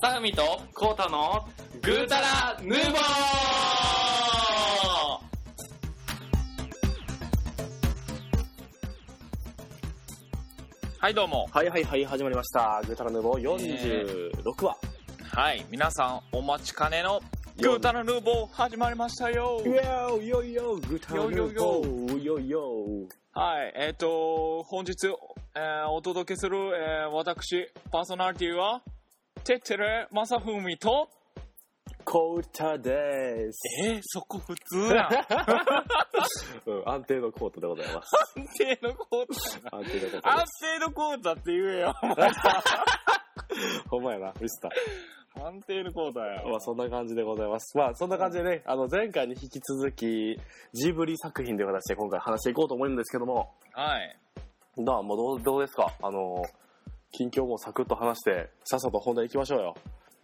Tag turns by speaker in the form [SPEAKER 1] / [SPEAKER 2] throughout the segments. [SPEAKER 1] 田海とコータのグータラヌーボーはいどうも
[SPEAKER 2] はいはいはい、始まりました。グータラヌーボー46話。
[SPEAKER 1] はい皆さんお待ちかねのグータラヌーボー始まりましたよ
[SPEAKER 2] いやー、いよいよ、グータラヌーボー、いよいよ。
[SPEAKER 1] はいえっ、と本日、えーお届けする、えー私パーソナリティはてってれまさふみと
[SPEAKER 2] コータです。
[SPEAKER 1] えー、そこ普通やん
[SPEAKER 2] うん、安定のコートでございます。
[SPEAKER 1] 安定のコータやな
[SPEAKER 2] 安定のコート
[SPEAKER 1] 安定のコータって言えよ
[SPEAKER 2] です。ほんまやな、ミスタ
[SPEAKER 1] 安定のコータや
[SPEAKER 2] ー。まあ、そんな感じでございます。まあ、そんな感じでね、あの、前回に引き続き、ジブリ作品という形で今回話していこうと思うんですけども、
[SPEAKER 1] はい
[SPEAKER 2] まあ、もうどう、どうですかあの、近況もサクッと話して、さっさと本題行きましょうよ。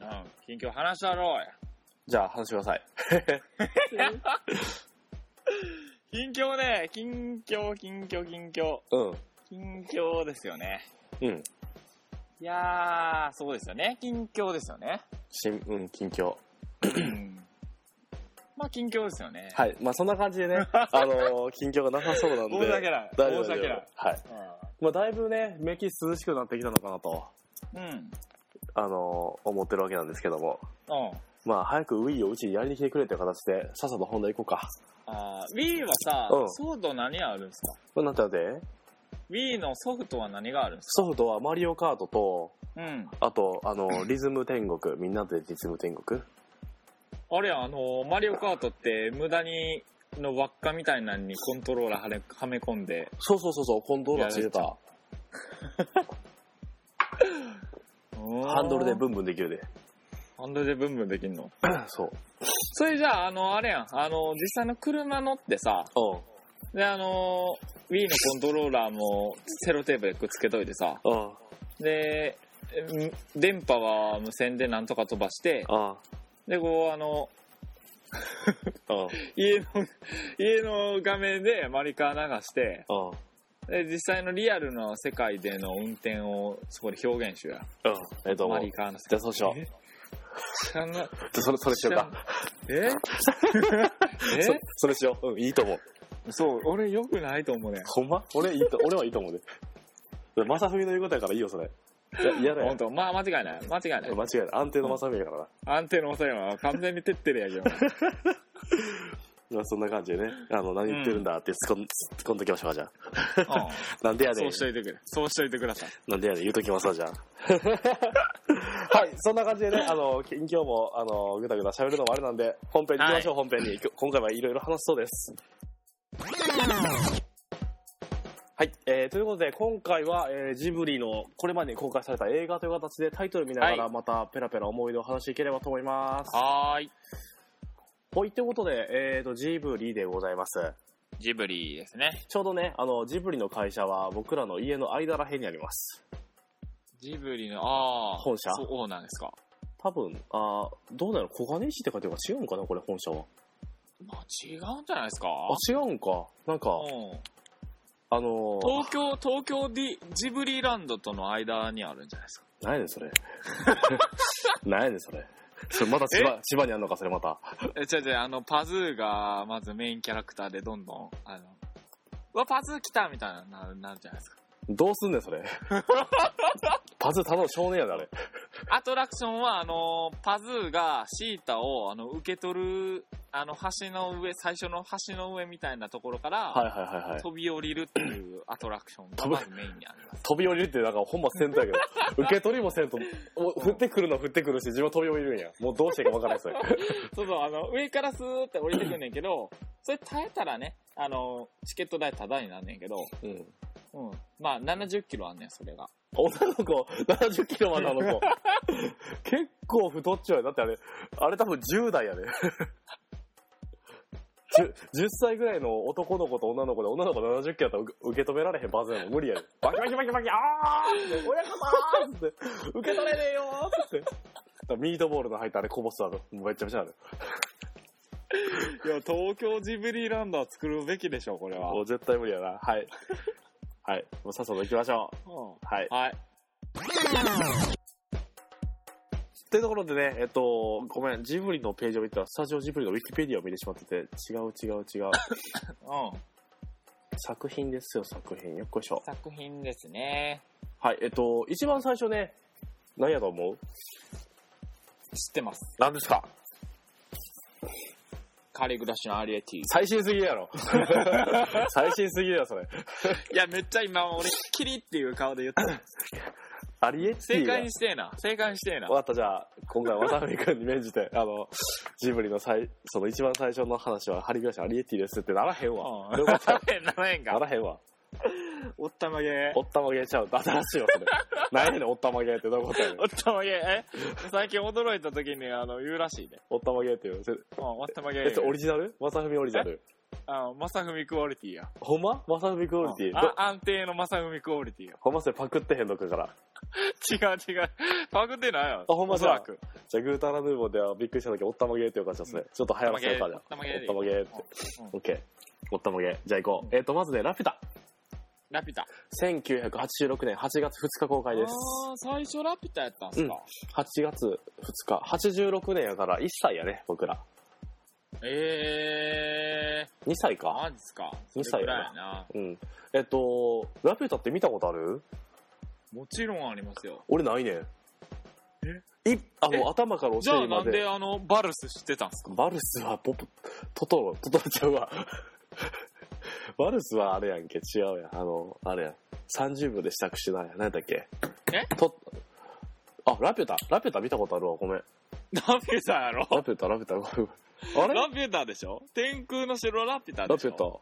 [SPEAKER 1] うん近況話したろうや
[SPEAKER 2] じゃあ、話してください。
[SPEAKER 1] 近況ね近況近況近況
[SPEAKER 2] うん、
[SPEAKER 1] 近況ですよね
[SPEAKER 2] うん。
[SPEAKER 1] いやーそうですよね近況ですよね
[SPEAKER 2] しん、うん、近況。
[SPEAKER 1] まあ近況ですよね
[SPEAKER 2] はい。まあ、そんな感じで ね、あのー近況がなさそうなんで。
[SPEAKER 1] 申し訳ない
[SPEAKER 2] 大丈夫
[SPEAKER 1] 申し訳ない。
[SPEAKER 2] はい。まあ、だいぶね、目キ涼しくなってきたのかなと、
[SPEAKER 1] うんうん
[SPEAKER 2] あのー思ってるわけなんですけども。
[SPEAKER 1] うん
[SPEAKER 2] まあ、早く Wii をうちにやりに来てくれという形で、さっさと本題行こうか。
[SPEAKER 1] あー Wii はさ、
[SPEAKER 2] うん
[SPEAKER 1] ソフト何あるんですか
[SPEAKER 2] まあ、なんてなんて
[SPEAKER 1] Wii のソフトは何があるんです
[SPEAKER 2] ソフトはマリオカートと、
[SPEAKER 1] かうん
[SPEAKER 2] あと、あのーリズム天国。みんなでリズム天国。
[SPEAKER 1] あれやあのマリオカートって無駄にの輪っかみたいなのにコントローラーはれはめ込んで
[SPEAKER 2] そうそうそうそう、コントローラーついてた。ハ
[SPEAKER 1] ハ
[SPEAKER 2] ンドルでブンブンできるで。
[SPEAKER 1] ハンドルでブンブンできんの
[SPEAKER 2] そう。
[SPEAKER 1] それじゃあ、あの、あれやん、あの、実際の車乗ってさ、
[SPEAKER 2] う
[SPEAKER 1] で、あの、Wii のコントローラーもセロテープでくっつけといてさ、
[SPEAKER 2] ん。うん。
[SPEAKER 1] で、ん電波は無線でなんとか飛ばして、
[SPEAKER 2] うん。
[SPEAKER 1] で、こう、あの、
[SPEAKER 2] うん。
[SPEAKER 1] 家の、家の画面でマリカー流して、
[SPEAKER 2] うん。
[SPEAKER 1] で、実際のリアルの世界での運転をそこで表現しようや。
[SPEAKER 2] うん。えっと、
[SPEAKER 1] マ
[SPEAKER 2] もう
[SPEAKER 1] リカーの世
[SPEAKER 2] じゃあそうしよう。
[SPEAKER 1] え界。知らな
[SPEAKER 2] じゃあそれ、それしようか。
[SPEAKER 1] え
[SPEAKER 2] そ
[SPEAKER 1] え
[SPEAKER 2] それしよう。うん、いいと思う。
[SPEAKER 1] そう、俺良くないと思うね。
[SPEAKER 2] ほんま俺いいと、俺はいいと思うで。まさふみの言うことやからいいよ、それ。いや嫌だ
[SPEAKER 1] 本
[SPEAKER 2] よ。
[SPEAKER 1] 当まあ間違いない。間違いない。
[SPEAKER 2] 間違いない。安定のまさふみやからな。
[SPEAKER 1] 安定の抑えは完全にてってるやけど。
[SPEAKER 2] まあ、そんな感じでね、あの、何言ってるんだって突っ込ん突っ込んどきましょうか、じゃあ。
[SPEAKER 1] う
[SPEAKER 2] なんでや
[SPEAKER 1] ん、
[SPEAKER 2] ね
[SPEAKER 1] そ
[SPEAKER 2] ん
[SPEAKER 1] うし。といてくれ。そうしといてください。
[SPEAKER 2] なんでやねん、言うときますわ、じゃあ。はい、そんな感じでね、あの、近況も、あの、ぐだぐだ喋るのもあれなんで、本編に行きましょう、本編に。きょ今回はいろいろ話しそうです。はい、えーということで、今回は、えージブリのこれまでに公開された映画という形でタイトル見なが
[SPEAKER 1] は
[SPEAKER 2] ら、またペラペラ思い出を話していければと思います。
[SPEAKER 1] はーい。
[SPEAKER 2] ほい、ということで、えーと、ジブリでございます。
[SPEAKER 1] ジブリですね。
[SPEAKER 2] ちょうどね、あの、ジブリの会社は僕らの家の間ら辺にあります。
[SPEAKER 1] ジブリの、ああ。
[SPEAKER 2] 本社
[SPEAKER 1] そうなんですか。
[SPEAKER 2] 多分、あーどうなの小金井市って書いてるから違うんかなこれ本社は。
[SPEAKER 1] まあ違うんじゃないですか。
[SPEAKER 2] あ、違うんか。なんか、
[SPEAKER 1] うん。
[SPEAKER 2] あのー、
[SPEAKER 1] 東京、東京ディ、ジブリランドとの間にあるんじゃないですか。
[SPEAKER 2] 何やねん それ。何やねんそれ。それまた千葉、千葉にあんのかそれまた。
[SPEAKER 1] え、違う違う、あの、パズーが、まずメインキャラクターでどんどん、あの、うわ、パズー来たみたいな、ななるじゃないですか。
[SPEAKER 2] どうすんねんそ れ。パズただの少年やであれ。
[SPEAKER 1] アトラクションは、あの、パズーがシータを、あの、受け取る、あの、橋の上、最初の橋の上みたいなところから、
[SPEAKER 2] はいはいはいはい。
[SPEAKER 1] 飛び降りるっていうアトラクションが
[SPEAKER 2] 飛ぶ
[SPEAKER 1] まずメインにあります。
[SPEAKER 2] 飛び降りるってなんか本末戦闘や けど、受け取りもせんと、お降ってくるのは降ってくるし、自分は飛び降りるんや。もうどうしていいかわから ないそれ。
[SPEAKER 1] そうそう、あの、上からスーって降りてくんねんけど、それ耐えたらね、あの、チケット代タダになんねんけど、
[SPEAKER 2] うん。
[SPEAKER 1] うん。まあ、70キロあんねん、それが。
[SPEAKER 2] 女の子、70キロまであの 子。結構太っちょや。だってあれ、あれ多分10代やで、ね。10, 歳ぐらいの男の子と女の子で、女の子70キロだったら受受け止められへんバズやもん無理やで、バキバキバキバキ、あー って親方ーって、受け取れねえよーって。だからミートボールの入ったあれこぼすわろ。もうめっちゃめちゃある。
[SPEAKER 1] いや、東京ジブリランドは作るべきでしょ、これは
[SPEAKER 2] もう絶対無理やな。はい。はい。もうさっさと行きましょう。はい。
[SPEAKER 1] はい。
[SPEAKER 2] ってところでね、えっと、ごめん、ジブリのページを見たら、スタジオジブリのウィキペディアを見てしまってて、違う違う 違う。
[SPEAKER 1] うん。
[SPEAKER 2] 作品ですよ、作品。よっこいしょ。
[SPEAKER 1] 作品ですね。
[SPEAKER 2] はい、えっと、一番最初ね、何やと思う
[SPEAKER 1] 知ってます。
[SPEAKER 2] 何ですか
[SPEAKER 1] カリグラシのアリエティ。
[SPEAKER 2] 最新すぎるや ろ。最新すぎるやろ、それ。
[SPEAKER 1] いや、めっちゃ今俺、キリっていう顔で言 った。
[SPEAKER 2] アリエッティ
[SPEAKER 1] 正
[SPEAKER 2] が
[SPEAKER 1] 解にしてえな。正解にしてえな
[SPEAKER 2] わ。かった、じゃあ、今回、渡辺君に免じ て、あの、ジブリの最、その一番最初の話は、ハリビラシアリエッティですってならへ んわ。
[SPEAKER 1] う
[SPEAKER 2] よ
[SPEAKER 1] ん。
[SPEAKER 2] かった
[SPEAKER 1] 7円、7円
[SPEAKER 2] な
[SPEAKER 1] か。
[SPEAKER 2] らへん わ。
[SPEAKER 1] おったまげ。
[SPEAKER 2] おったまげちゃう。新 しいわ、それ。何やねん、おったまげってどういうこと やねん
[SPEAKER 1] お。ったまげ。え最近驚いた時に、あの、言うらしいね。
[SPEAKER 2] おったまげって いう。それ
[SPEAKER 1] うん、おったまげ。
[SPEAKER 2] え、それオリジナルまさふみオリジナル。
[SPEAKER 1] あまさふみクオリティや。
[SPEAKER 2] ほんままさふみクオリティ。ど
[SPEAKER 1] あ安定のまさふみクオリティや。
[SPEAKER 2] ほんまそれパクってへんのかから。
[SPEAKER 1] 違う違う。パクってないよ。
[SPEAKER 2] あほんま
[SPEAKER 1] お
[SPEAKER 2] じ
[SPEAKER 1] そ
[SPEAKER 2] ゃ
[SPEAKER 1] ら
[SPEAKER 2] あ
[SPEAKER 1] く。
[SPEAKER 2] じゃあ、グータラヌーボーではびっくりした時、おったまげってよかったですね。ちょっと流行らせようか、じゃあ。
[SPEAKER 1] おったまげ
[SPEAKER 2] おったまげって。
[SPEAKER 1] うん
[SPEAKER 2] オッケー。おったまげ。じゃあ行こう。えっと、まずね、ラピュタ。
[SPEAKER 1] ラピュタ。
[SPEAKER 2] 1986年8月2日公開です。
[SPEAKER 1] あー最初ラピュタやったんすか。
[SPEAKER 2] 8月2日、86年やから1歳やね、僕ら。
[SPEAKER 1] え
[SPEAKER 2] 2歳
[SPEAKER 1] ー、
[SPEAKER 2] か。
[SPEAKER 1] マジっすか。
[SPEAKER 2] 二歳
[SPEAKER 1] それぐ
[SPEAKER 2] やな
[SPEAKER 1] らいやな。
[SPEAKER 2] うん。えっと、ラピュタって見たことある
[SPEAKER 1] もちろんありますよ。
[SPEAKER 2] 俺ないねん。えいあ
[SPEAKER 1] え
[SPEAKER 2] の、頭からお
[SPEAKER 1] じゃ
[SPEAKER 2] 尻
[SPEAKER 1] あ
[SPEAKER 2] ま
[SPEAKER 1] なん
[SPEAKER 2] で
[SPEAKER 1] で。あの、バルス知ってたんすか
[SPEAKER 2] バルスはポポ、トトロ、トトロちゃうわ。 バルスはあれやんけ、違うやん。あの、あれやん。30秒で支度しないやん。何だっけ
[SPEAKER 1] え
[SPEAKER 2] と、あ、ラピュタ。ラピュタ見たことあるわ、ごめん。
[SPEAKER 1] ラピュタやろ
[SPEAKER 2] ラピュタ、ラピュ タ、ごめん。あれ
[SPEAKER 1] ラピュタでしょ天空の城ラピュタ
[SPEAKER 2] ラ
[SPEAKER 1] でし
[SPEAKER 2] ピ
[SPEAKER 1] ょ
[SPEAKER 2] ュ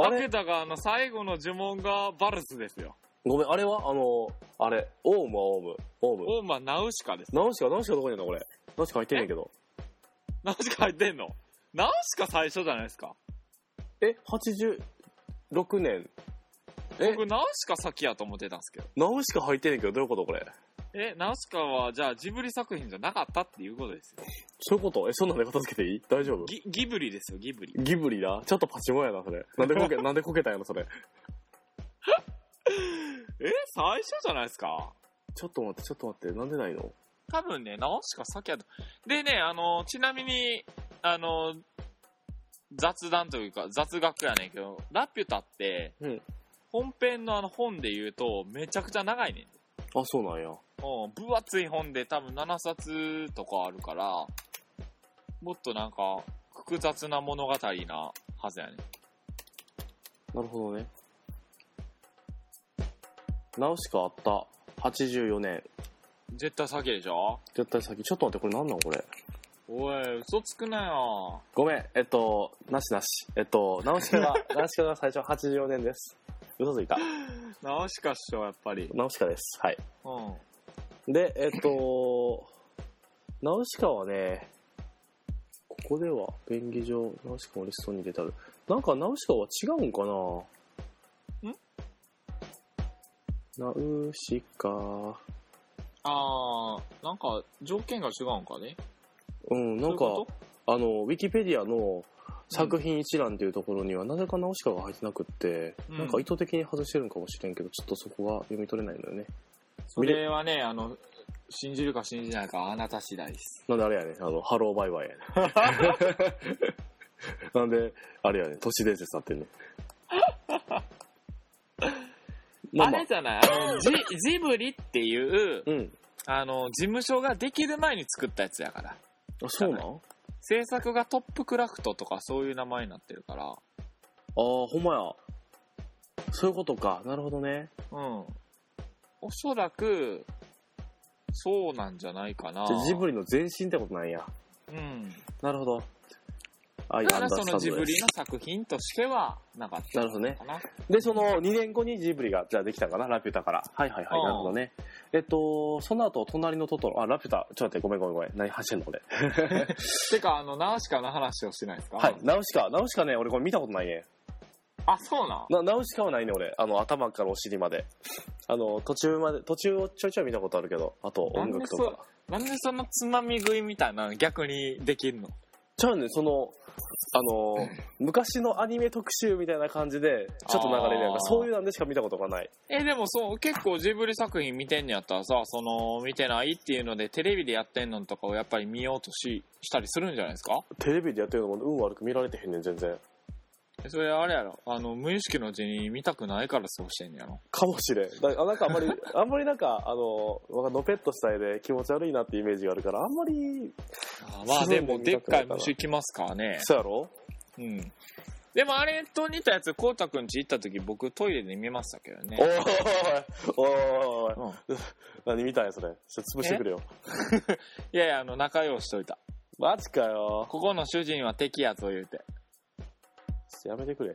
[SPEAKER 2] タ。あ
[SPEAKER 1] ラ
[SPEAKER 2] れ
[SPEAKER 1] ピュタがあの、最後の呪文がバルスですよ。
[SPEAKER 2] ごめん、あれはあの、あれ、オウムはオウム。オウム。
[SPEAKER 1] オーマナウシカです。
[SPEAKER 2] ナウシカ、ナウシカどこにいるのこれ。ナウシカ入ってんねんけど。
[SPEAKER 1] ナウシカ入ってんのナウシカ最初じゃないですか。
[SPEAKER 2] え、86年。え、
[SPEAKER 1] 僕、ナウシカ先やと思ってたんですけど。
[SPEAKER 2] ナウシカ入ってんねんけど、どういうことこれ。
[SPEAKER 1] え、ナウシカは、じゃあジブリ作品じゃなかったっていうことですよ。
[SPEAKER 2] そういうことえ、そんなんで片付けていい大丈夫
[SPEAKER 1] ギギブリですよ、ギブリ。
[SPEAKER 2] ギブリだちょっとパチモンやな、それ。なんでこけ、なんでこけたんやろ、それ。
[SPEAKER 1] え、最初じゃないですか
[SPEAKER 2] ちょっと待って、ちょっと待って、なんでないの
[SPEAKER 1] 多分ね、ナウシカ先やと。でね、あの、ちなみに、あの、雑談というか、雑学やねんけど、ラピュタって、
[SPEAKER 2] うん
[SPEAKER 1] 本編のあの本で言うと、めちゃくちゃ長いねん。
[SPEAKER 2] あ、そうなんや。
[SPEAKER 1] うん、分厚い本で多分7冊とかあるから、もっとなんか、複雑な物語なはずやね。
[SPEAKER 2] なるほどね。ナウシカあった。84年。
[SPEAKER 1] 絶対先でしょ
[SPEAKER 2] 絶対先。ちょっと待って、これなんなんこれ。
[SPEAKER 1] おい、嘘つくなよ。
[SPEAKER 2] ごめん、えっと、なしなし。えっと、ナウシカが、ナウシカが最初84年です。嘘ついた。
[SPEAKER 1] ナウシカっしょ、やっぱり。
[SPEAKER 2] ナウシカです。はい。
[SPEAKER 1] うん。
[SPEAKER 2] で、えっと、ナウシカはね、ここでは、便宜上、ナウシカもリストに出てある。なんかナウシカは違うんかなナウシカ、
[SPEAKER 1] あー、なんか、条件が違うんかね
[SPEAKER 2] うん、なんか、
[SPEAKER 1] そういうこ
[SPEAKER 2] あの、ウィキペディアの作品一覧っていうところには、なぜかナウシカが入ってなくって、
[SPEAKER 1] うん
[SPEAKER 2] なんか意図的に外してるんかもしれんけど、ちょっとそこは読み取れないのよね。
[SPEAKER 1] とそれはね、あの、信じるか信じないかあなた次第です。
[SPEAKER 2] なんであれやね、あの、ハローバイバイやね。 なんで、あれやね、都市伝説なってんの。 まあ
[SPEAKER 1] あ
[SPEAKER 2] まあ
[SPEAKER 1] れ、じゃないあのジ、ジブリっていう、
[SPEAKER 2] うん。
[SPEAKER 1] あの、事務所ができる前に作ったやつやから。
[SPEAKER 2] あ、そうなんああ、
[SPEAKER 1] 制作がトップクラフトとかそういう名前になってるから。
[SPEAKER 2] ほんまや。そういうことか。なるほどね。
[SPEAKER 1] うん。おそらく、そうなんじゃないかな
[SPEAKER 2] じゃ。あジブリの前身ってことなんや。
[SPEAKER 1] うん。
[SPEAKER 2] なるほど。あ、い
[SPEAKER 1] だか
[SPEAKER 2] や、アン
[SPEAKER 1] ら
[SPEAKER 2] ダー
[SPEAKER 1] そ
[SPEAKER 2] スタ
[SPEAKER 1] の
[SPEAKER 2] ン
[SPEAKER 1] ジ
[SPEAKER 2] ド
[SPEAKER 1] ブ
[SPEAKER 2] で
[SPEAKER 1] リ
[SPEAKER 2] す。
[SPEAKER 1] の作品としてはなかった
[SPEAKER 2] なるほどね。
[SPEAKER 1] かな。
[SPEAKER 2] で、その2年後にジブリが、じゃあできたかな、ラピュタから。はいはいはい、
[SPEAKER 1] うん
[SPEAKER 2] なるほどね。えっと、その後、隣のトトロ。あ、ラピュタ。ちょっと待って、ごめんごめんごめん。何走ってんの俺。
[SPEAKER 1] てか、あの、ナウシカの話をしてないですか
[SPEAKER 2] はい、。ナウシカ。ナウシカね、俺これ見たことないね。
[SPEAKER 1] あ、そうなん
[SPEAKER 2] なナウシカはないね俺あの頭からお尻まであの途中まで途中をちょいちょい見たことあるけどあと音楽と
[SPEAKER 1] なんでな
[SPEAKER 2] か
[SPEAKER 1] んでそんなつまみ食いみたいなの逆にできるの
[SPEAKER 2] じゃあね、その、あの、昔のアニメ特集みたいな感じで、ちょっと流れるやん
[SPEAKER 1] あー
[SPEAKER 2] か、そういうなんでしか見たことがない。
[SPEAKER 1] え、でもそう、結構ジブリ作品見てんのやったらさ、その、見てないっていうので、テレビでやってんのとかをやっぱり見ようとし、したりするんじゃないですか
[SPEAKER 2] テレビでやってるのも運悪く見られてへんねん、全然。
[SPEAKER 1] えそれあれやろ、あの、無意識のうちに見たくないからそうしてんのやろ。
[SPEAKER 2] かもしれん。だあなんかあん まり、あんまりなんか、あの、なんかのぺっとした絵で気持ち悪いなってイメージがあるから、あんまり、
[SPEAKER 1] あーまあ
[SPEAKER 2] すごい
[SPEAKER 1] で
[SPEAKER 2] ね
[SPEAKER 1] も、でっかい虫来ますからね。
[SPEAKER 2] そうやろ
[SPEAKER 1] うん。でもあれと似たやつ、こうたくんち行った時、僕トイレで見ましたけどね
[SPEAKER 2] お。ーいおーおいおい
[SPEAKER 1] うん、
[SPEAKER 2] 何見たんや、それ。ちょっと潰してくれよ。
[SPEAKER 1] いやいや、あの、仲良しといた。
[SPEAKER 2] マジかよ。
[SPEAKER 1] ここの主人は敵やと言うて。
[SPEAKER 2] やめてくれ。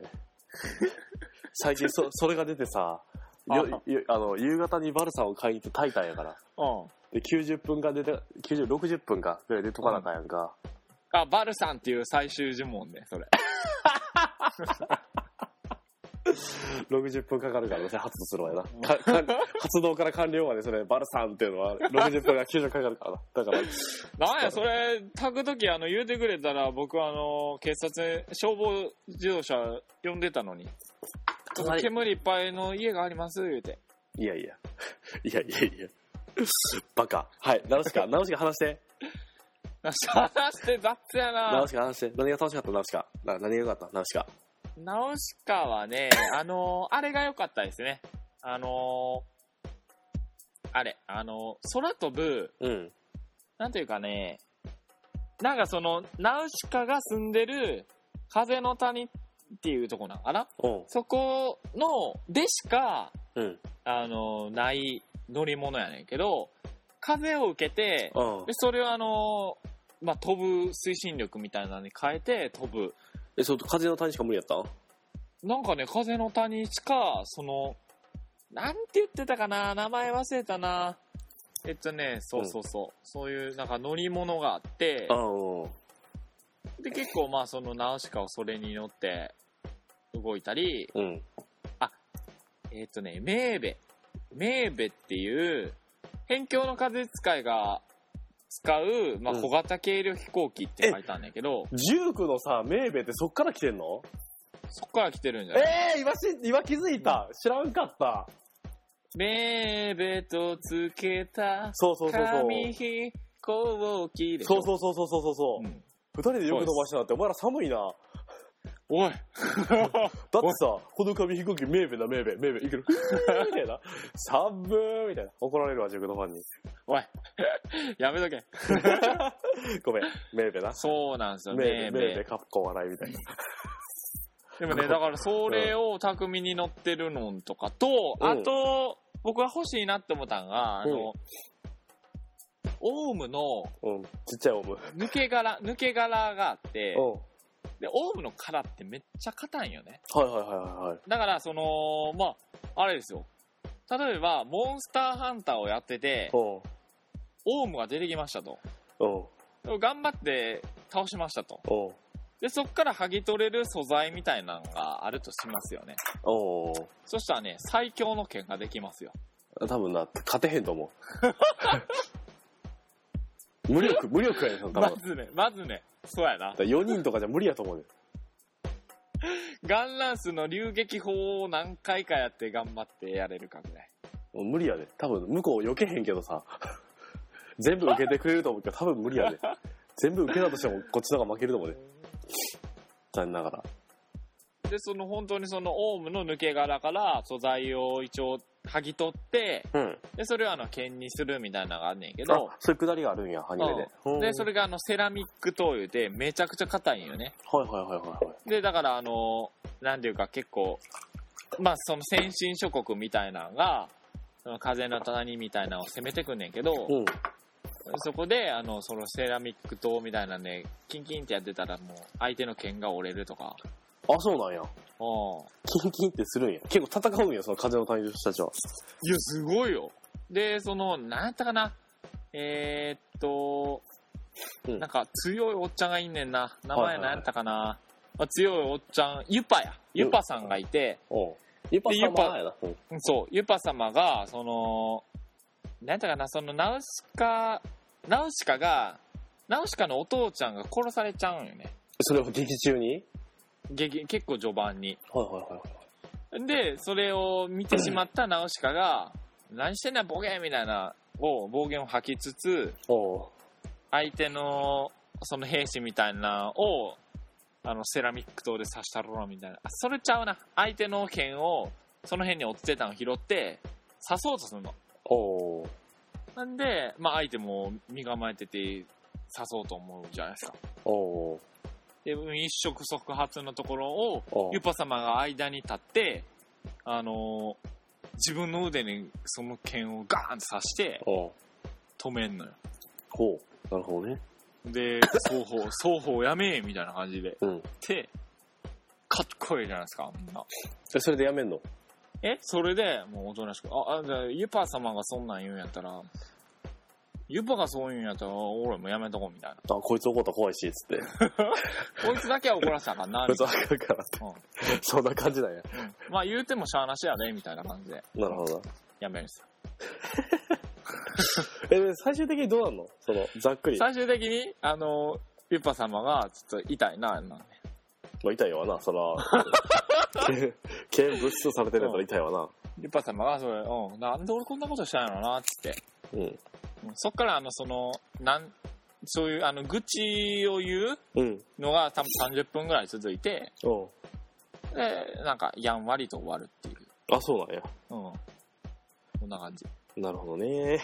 [SPEAKER 2] 最近 そ、それが出てさ、よよあの夕方にバルサを買いに行って炊いたんやから。
[SPEAKER 1] うん。
[SPEAKER 2] で、90分間出て、90、60分か、ぐらいでとかなあかんやんか。
[SPEAKER 1] あ、バルさんっていう最終呪文ね、それ。
[SPEAKER 2] 60分かかるからね、それ発動するわよな。かか発動から完了まで、それ、バルサンっていうのは、60分が90分かかるからな。だから、
[SPEAKER 1] なんや、それ、炊くとき、あの、言うてくれたら、僕、あの、警察、消防自動車呼んでたのに。
[SPEAKER 2] 隣
[SPEAKER 1] 煙いっぱいの家があります、言うて。
[SPEAKER 2] いやいや。いやいやいや。バカ。はい、ナウシカ、ナウシカ話して。
[SPEAKER 1] な話して雑や
[SPEAKER 2] ナ
[SPEAKER 1] な
[SPEAKER 2] ウ。シカ話して。何が楽しかった、ナウシカ。な何が良かった、ナウシカ。
[SPEAKER 1] ナウシカはね、あの、あれが良かったですね。あの、あれ、あの、空飛ぶ、
[SPEAKER 2] うん。
[SPEAKER 1] なんていうかね、なんかその、ナウシカが住んでる、風の谷っていうとこなんかな
[SPEAKER 2] うん。
[SPEAKER 1] そこの、でしか、
[SPEAKER 2] うん。
[SPEAKER 1] あの、ない乗り物やねんけど、風を受けて、
[SPEAKER 2] うん
[SPEAKER 1] で、それをあの、まあ、飛ぶ推進力みたいなのに変えて飛ぶ。
[SPEAKER 2] え、そう、風の谷しか無理やったん
[SPEAKER 1] なんかね、風の谷しか、その、なんて言ってたかな名前忘れたなえっとね、そうそうそう。そういう、なんか乗り物があって、
[SPEAKER 2] うん。
[SPEAKER 1] で、結構まあ、そのナウシカをそれに乗って動いたり、
[SPEAKER 2] うん。
[SPEAKER 1] えっ、とね、メーベ。メーベっていう、辺境の風使いが使う、まあ、
[SPEAKER 2] うん
[SPEAKER 1] 小型軽量飛行機って書いたんだけど、
[SPEAKER 2] 19のさ、メーベってそっから来てんの
[SPEAKER 1] そっから来てるんじゃない
[SPEAKER 2] ええー、今し、今気づいた、知らんかった。
[SPEAKER 1] メーベとつけた
[SPEAKER 2] そうそうそうそう。
[SPEAKER 1] 紙飛行機でし
[SPEAKER 2] そ
[SPEAKER 1] ょ
[SPEAKER 2] うそうそうそうそうそう。
[SPEAKER 1] う
[SPEAKER 2] う
[SPEAKER 1] ん
[SPEAKER 2] 二人でよく伸ばしたなって、お前ら寒いな。だ
[SPEAKER 1] おい
[SPEAKER 2] ってさ、この紙飛行機、メーベだ、メーベ、メーベ、いける。みたいな。寒ーみたいな。怒られるわ、自分のファ ンに。
[SPEAKER 1] おいやめとけ。
[SPEAKER 2] ごめん、メーベな。
[SPEAKER 1] そうなんですよ、
[SPEAKER 2] メ
[SPEAKER 1] メ
[SPEAKER 2] ー
[SPEAKER 1] ー
[SPEAKER 2] ベ、メーベ、
[SPEAKER 1] ベ。
[SPEAKER 2] カッコ笑いみたいな。
[SPEAKER 1] で もね、だからそれを巧みに乗ってるのとかと、
[SPEAKER 2] うん
[SPEAKER 1] あと、僕が欲しいなって思ったのが、あの、オウムの、
[SPEAKER 2] うん、ちっちゃいオウム。
[SPEAKER 1] 抜け殻、抜け殻があって、
[SPEAKER 2] うん。
[SPEAKER 1] で、オウムの殻ってめっちゃ硬いんよね。
[SPEAKER 2] はいはいはいはい。
[SPEAKER 1] だから、その、まあ、あれですよ。例えば、モンスターハンターをやってて、
[SPEAKER 2] う
[SPEAKER 1] オウムが出てきましたと。
[SPEAKER 2] ん、うん、
[SPEAKER 1] 頑張って倒しましたと。
[SPEAKER 2] うん。
[SPEAKER 1] で、そっから剥ぎ取れる素材みたいなのがあるとしますよね。
[SPEAKER 2] おー。
[SPEAKER 1] そしたらね、最強の剣ができますよ。
[SPEAKER 2] 多分な、勝てへんと思う。 無力、無力やねん、多分。だ
[SPEAKER 1] ま
[SPEAKER 2] か
[SPEAKER 1] ずね、まずね、そうやな。
[SPEAKER 2] ら4人とかじゃ無理やと思うねん。
[SPEAKER 1] ガンランスの流撃砲を何回かやって頑張ってやれるかぐらい。
[SPEAKER 2] もう無理やで。多分、向こう避けへんけどさ。 全部受けてくれると思うけど、多分無理やで。全部受けたとしても、こっちの方が負けると思うね。残念ながら。
[SPEAKER 1] で、その本当にそのオウムの抜け殻から素材を一応剥ぎ取って、
[SPEAKER 2] うん。
[SPEAKER 1] で、それをあの、剣にするみたいなのがあんねんけど
[SPEAKER 2] あ、、そういうくだりがあるんや、アニメで。うん
[SPEAKER 1] で、そ。れがあの、セラミック灯油でめちゃくちゃ硬いんよね。
[SPEAKER 2] はいはいはいはいはい。
[SPEAKER 1] で、だからあの、なんていうか結構、まあその先進諸国みたいなのが、その風の谷みたいなのを攻めてくんねんけど、
[SPEAKER 2] うん。
[SPEAKER 1] そこで、あの、そのセラミック灯みたいなね、キンキンってやってたらもう、相手の剣が折れるとか。
[SPEAKER 2] あ、そうなんや。
[SPEAKER 1] うん。
[SPEAKER 2] キンキンってするんや。結構戦うんや、その風の隊長たちは。
[SPEAKER 1] いや、すごいよ。で、その、なんやったかな。えー、っと、
[SPEAKER 2] うん
[SPEAKER 1] なんか強いおっちゃんがいんねんな。名
[SPEAKER 2] は
[SPEAKER 1] 前
[SPEAKER 2] いはいはい
[SPEAKER 1] なんやったかな。まあ、強いおっちゃん、ユパや。ユパさんがいて、
[SPEAKER 2] おうユパ
[SPEAKER 1] でユ
[SPEAKER 2] 様
[SPEAKER 1] パ
[SPEAKER 2] やな。うん。
[SPEAKER 1] そう、ユパ様が、その、なんやったかな、そのナウシカ、ナウシカが、ナウシカのお父ちゃんが殺されちゃうんよね。
[SPEAKER 2] それを劇中に
[SPEAKER 1] 劇結構序盤に。
[SPEAKER 2] はいはいはい。
[SPEAKER 1] で、それを見てしまったナウシカが、何してんだボケみたいな、を、暴言を吐きつつ、
[SPEAKER 2] おう
[SPEAKER 1] 相手の、その兵士みたいなを、あの、セラミック刀で刺したろみたいな。あ、それちゃうな。相手の剣を、その辺に落ちてたのを拾って、刺そうとするの。
[SPEAKER 2] おう
[SPEAKER 1] なんで、まあ相手も身構えてて、刺そうと思うじゃないですか。
[SPEAKER 2] おう
[SPEAKER 1] で、一触即発のところを、
[SPEAKER 2] おう
[SPEAKER 1] ユパ様が間に立って、あのー自分の腕にその剣をガーンって刺して
[SPEAKER 2] おう
[SPEAKER 1] 止めんのよ。
[SPEAKER 2] ほう。なるほどね。
[SPEAKER 1] で、双方、双方やめえみたいな感じで。
[SPEAKER 2] うん。
[SPEAKER 1] で、かっこいいじゃないですか、みんな。
[SPEAKER 2] えそれでやめんの
[SPEAKER 1] えそれで、もうおとなしく、あ、あ、じゃあユパ様がそんなん言うんやったら、ユパがそう言うんやったら、俺もやめとこうみたいな。
[SPEAKER 2] あ、こいつ怒ったら怖いし、つって。
[SPEAKER 1] こいつだけは怒らせたらあかんな、
[SPEAKER 2] こい
[SPEAKER 1] み
[SPEAKER 2] つ
[SPEAKER 1] たい
[SPEAKER 2] あかんからって。
[SPEAKER 1] な。うん
[SPEAKER 2] そんな感じなんや。
[SPEAKER 1] うんまあ言うてもしゃあなしやで、みたいな感じで、
[SPEAKER 2] なるほどな。
[SPEAKER 1] やめるんですよ。
[SPEAKER 2] え、で最終的にどうなんのその、ざっくり。
[SPEAKER 1] 最終的に、あの、ユッパ様が、ちょっと痛いな、なんで
[SPEAKER 2] まあ、痛いわな、そ ら。剣物質されてるやつら痛いわ
[SPEAKER 1] ユッパ様が、それ、うん、なんで俺こんなことしたんやろな、つって。
[SPEAKER 2] な。うん。
[SPEAKER 1] うんそっから、あの、その、なん、そういう、あの、愚痴を言
[SPEAKER 2] うん。
[SPEAKER 1] うのが多分30分ぐらい続いて、
[SPEAKER 2] おう
[SPEAKER 1] で、なんか、やんわりと終わるっていう。
[SPEAKER 2] あ、そうなんや。
[SPEAKER 1] うん。こんな 感じ。
[SPEAKER 2] なるほどね。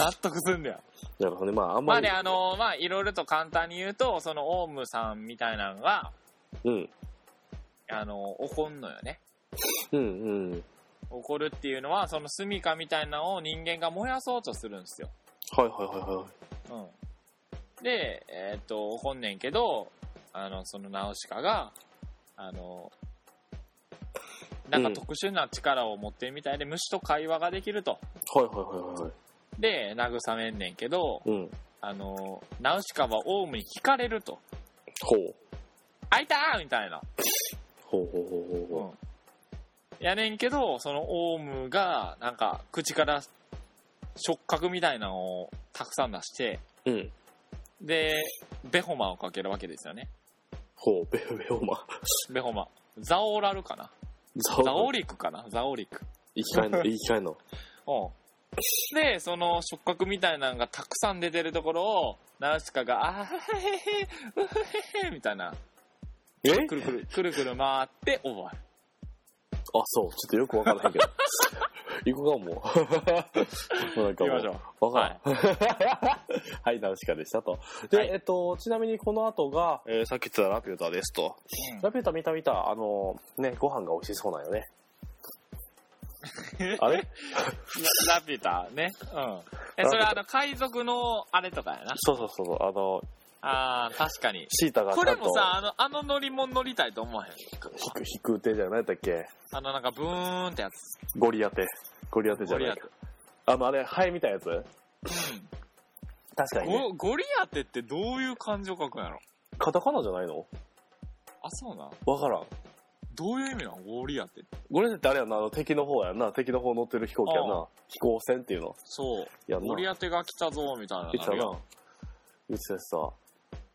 [SPEAKER 1] 納得すんだよ。
[SPEAKER 2] なるほどね。まあ、あん
[SPEAKER 1] ま
[SPEAKER 2] ま
[SPEAKER 1] あ
[SPEAKER 2] り。
[SPEAKER 1] ね、あの、まあ、いろいろと簡単に言うと、その、オウムさんみたいなのが、
[SPEAKER 2] うん。
[SPEAKER 1] あの、怒んのよね。
[SPEAKER 2] うんうん。
[SPEAKER 1] 怒るっていうのはその住処みたいなのを人間が燃やそうとするんですよ、
[SPEAKER 2] はいはいはいはい。
[SPEAKER 1] うん、で、えーっと怒んねんけどあのそのナウシカがあのなんか
[SPEAKER 2] うん
[SPEAKER 1] 特殊な力を持ってるみたいで、虫と会話ができると
[SPEAKER 2] はいはいはいはい。
[SPEAKER 1] で慰めんねんけど
[SPEAKER 2] うん。
[SPEAKER 1] あのナウシカはオウムに聞かれると
[SPEAKER 2] ほう。
[SPEAKER 1] 「あいたー!」みたいな、
[SPEAKER 2] ほうほうほうほう
[SPEAKER 1] う
[SPEAKER 2] ほ
[SPEAKER 1] ん、やねんけどそのオウムがなんか口から触覚みたいなのをたくさん出して
[SPEAKER 2] う。うん。
[SPEAKER 1] で、ベホマをかけるわけですよね。
[SPEAKER 2] ほう、ベオベオマ。
[SPEAKER 1] ベホマ。ザオラルかな
[SPEAKER 2] ザ
[SPEAKER 1] ザオ
[SPEAKER 2] リ。
[SPEAKER 1] リクかなザオリク。
[SPEAKER 2] 生き 返んの、生き返んの。
[SPEAKER 1] うん。で、その触覚みたいなのがたくさん出てるところを、ナウシカが、あーへへへ、うへへへ、みたいな、
[SPEAKER 2] え
[SPEAKER 1] くるくる、くるくる回って終わる。
[SPEAKER 2] あ、そう。ちょっとよくわからないけど。 行こうか、 もう。もうなんか
[SPEAKER 1] 行き
[SPEAKER 2] も
[SPEAKER 1] ましょ
[SPEAKER 2] う。
[SPEAKER 1] う。
[SPEAKER 2] わからん。 はい、ナウシカでしたと。で、
[SPEAKER 1] はい
[SPEAKER 2] えっと、ちなみにこの後が、えーさっき言ってたラピュータですと。
[SPEAKER 1] う
[SPEAKER 2] ラピュータ見た見た、あのー、ね、ご飯が美味しそうなんよね。
[SPEAKER 1] ん
[SPEAKER 2] あれ
[SPEAKER 1] ララピュタね。うん。え、それあの、海賊のあれとかやな。
[SPEAKER 2] そうそうそうそう、あの、
[SPEAKER 1] あー、確かに。
[SPEAKER 2] シータがちゃ
[SPEAKER 1] こ
[SPEAKER 2] んと
[SPEAKER 1] れもさ、あの、あの乗り物乗りたいと思わへん。
[SPEAKER 2] 引く、引く手じゃないだっけ
[SPEAKER 1] あの、なんかブーンってやつ。
[SPEAKER 2] ゴリアテ。ゴリアテじゃない
[SPEAKER 1] ゴ
[SPEAKER 2] あの、あれ、ハエみたいなやつ
[SPEAKER 1] うん。
[SPEAKER 2] 確かにね。
[SPEAKER 1] ゴゴリアテってどういう漢字を書くんやろ
[SPEAKER 2] カタカナじゃないの
[SPEAKER 1] あ、そうなん
[SPEAKER 2] わからん。
[SPEAKER 1] どういう意味なんゴリアテって。
[SPEAKER 2] ゴリアテってあれやんな、あの敵の方やんな、敵の方乗ってる飛行機やん
[SPEAKER 1] あ
[SPEAKER 2] な。飛行船っていうの。
[SPEAKER 1] そう。
[SPEAKER 2] やんな。
[SPEAKER 1] ゴリアテが来たぞ、みたいな。
[SPEAKER 2] 言ってたな。言ってたさ。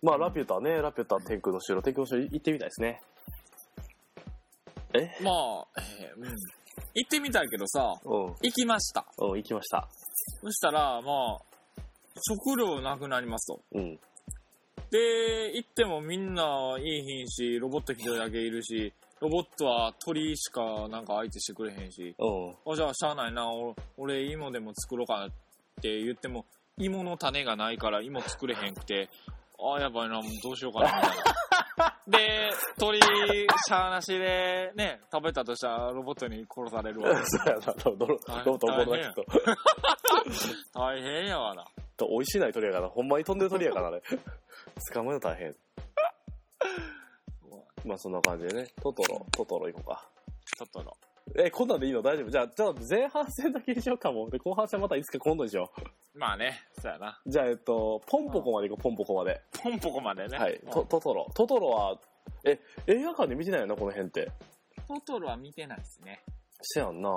[SPEAKER 2] まあ、ラピュタね、ラピュタ、天空の城、天空の城行ってみたいですね。
[SPEAKER 1] まあ、えーうん。行ってみたいけどさ、
[SPEAKER 2] うん、
[SPEAKER 1] 行きました。
[SPEAKER 2] うん、行きました。
[SPEAKER 1] そしたら、まあ、食料なくなりますと。
[SPEAKER 2] うん。
[SPEAKER 1] で、行ってもみんないいひんし、ロボット一人だけいるし、ロボットは鳥しかなんか相手してくれへんし、
[SPEAKER 2] うん。
[SPEAKER 1] あ、じゃあしゃあないな、お俺芋でも作ろうかって言っても、芋の種がないから芋作れへんくて、あ、やばいな、もうどうしようかな、みたい な。で、鳥、しゃあなしで、ね、食べたとしたらロボットに殺されるわ。
[SPEAKER 2] そうやな、ロボ
[SPEAKER 1] はい
[SPEAKER 2] ット怒らないと。
[SPEAKER 1] 大変やわな。
[SPEAKER 2] と美味しいない鳥やから、ほんまに飛んでる鳥やからね。捕まえるの大 変。まあそんな感じでね、トトロ、トトロ行こうか。
[SPEAKER 1] ちょっとの。
[SPEAKER 2] え、こんなんでいいの大丈夫じゃあ、ちょっと前半戦だけにしようかも。で、後半戦またいつか今度にしよ
[SPEAKER 1] まあね、そうやな。
[SPEAKER 2] う。じゃあ、えっと、ポンポコまで行こう、ポンポコまで。
[SPEAKER 1] ポンポコまでね。
[SPEAKER 2] はい
[SPEAKER 1] うん、
[SPEAKER 2] トトトロ。トトロは、え、映画館で見てないよな、この辺って。
[SPEAKER 1] トトロは見てないですね。
[SPEAKER 2] せやんな。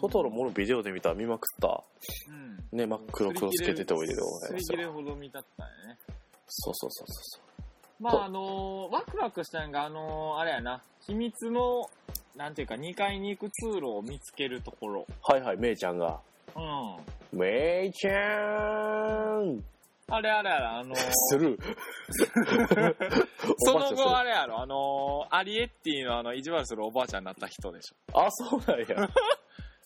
[SPEAKER 2] トトロも俺ビデオで見た見まくった
[SPEAKER 1] うん。
[SPEAKER 2] ね真っ黒黒つけてておいででござい
[SPEAKER 1] す
[SPEAKER 2] ま
[SPEAKER 1] り
[SPEAKER 2] し
[SPEAKER 1] 切
[SPEAKER 2] た
[SPEAKER 1] れほど見たったんやね。
[SPEAKER 2] そうそうそうそう
[SPEAKER 1] まあ、あのーワクワクしたんが、あのーあれやな、秘密の、なんていうか、2階に行く通路を見つけるところ。
[SPEAKER 2] はいはいめいちゃんが
[SPEAKER 1] うん。
[SPEAKER 2] めいちゃーん
[SPEAKER 1] あれあれあれ、 あのー
[SPEAKER 2] する
[SPEAKER 1] その後あれやろ、あのーアリエッティのあの、意地悪するおばあちゃんになった人でしょ。
[SPEAKER 2] あそうなんや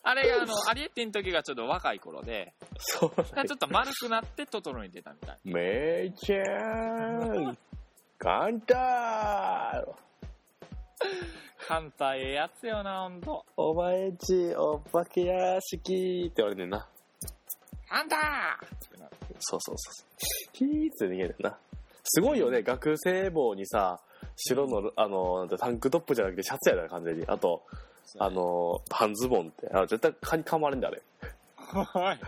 [SPEAKER 1] あれ が、あの、アリエッティの時がちょっと若い頃で、
[SPEAKER 2] そう
[SPEAKER 1] だからちょっと丸くなってトトロに出たみたい。
[SPEAKER 2] めいちゃーん簡単
[SPEAKER 1] 反対ええやつよな、ほんと。
[SPEAKER 2] お前んちお化け屋敷って言われてんな
[SPEAKER 1] あんたーってなる
[SPEAKER 2] そうそうそうそうキーって逃げてんなすごいよね学生帽にさ白のあのなんてタンクトップじゃなくてシャツやな完全にあとあ、の半ズボンってあ絶対蚊に噛まれんだあれ
[SPEAKER 1] はい。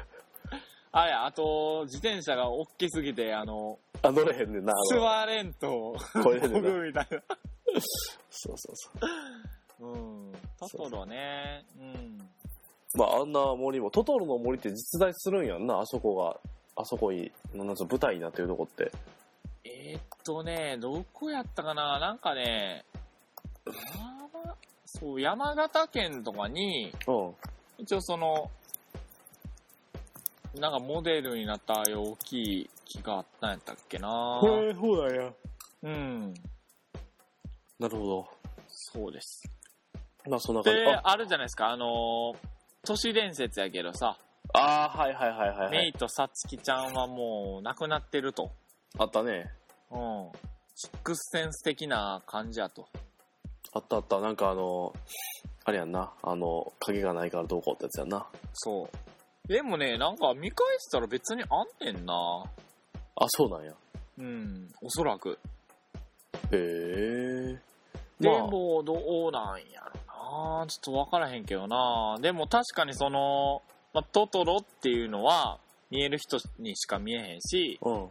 [SPEAKER 1] あれ、あと、自転車が大きすぎて、あの、
[SPEAKER 2] あ乗れへんねんなあの
[SPEAKER 1] 座れんと、
[SPEAKER 2] これへ
[SPEAKER 1] こ
[SPEAKER 2] んねんな
[SPEAKER 1] ぐみたいな。
[SPEAKER 2] そうそうそ
[SPEAKER 1] うん。トトロね。うん。
[SPEAKER 2] うまああんな森もトトロの森って実在するんやんなあそこがあそこになんつうの舞台になってるとこって
[SPEAKER 1] えーっとね、どこやったかななんかね、山、そう、山形県とかに、
[SPEAKER 2] うん
[SPEAKER 1] 一応その、なんかモデルになったああいう大きい木があったんやったっけな
[SPEAKER 2] えそうなんや
[SPEAKER 1] うん。
[SPEAKER 2] なるほど
[SPEAKER 1] そうです。
[SPEAKER 2] まあそんな感じ
[SPEAKER 1] で、あるじゃないですか、あのー都市伝説やけどさ、
[SPEAKER 2] ああーはいはいはいはい、は
[SPEAKER 1] メ
[SPEAKER 2] い、
[SPEAKER 1] イとサツキちゃんはもう亡くなってると。
[SPEAKER 2] あったね
[SPEAKER 1] うん。シックスセンス的な感じやと。
[SPEAKER 2] あったあった、なんかあの、あれやんな、あの、鍵がないからどうこうってやつやんな。
[SPEAKER 1] そう。でもね、なんか見返したら別にあんねんな。
[SPEAKER 2] あ、そうなんや。
[SPEAKER 1] うん、おそらく。
[SPEAKER 2] へえ。
[SPEAKER 1] で
[SPEAKER 2] まあ、
[SPEAKER 1] も、どうなんやろな。ちょっとわからへんけどな。でも確かにその、まあ、トトロっていうのは見える人にしか見えへんし、
[SPEAKER 2] うん。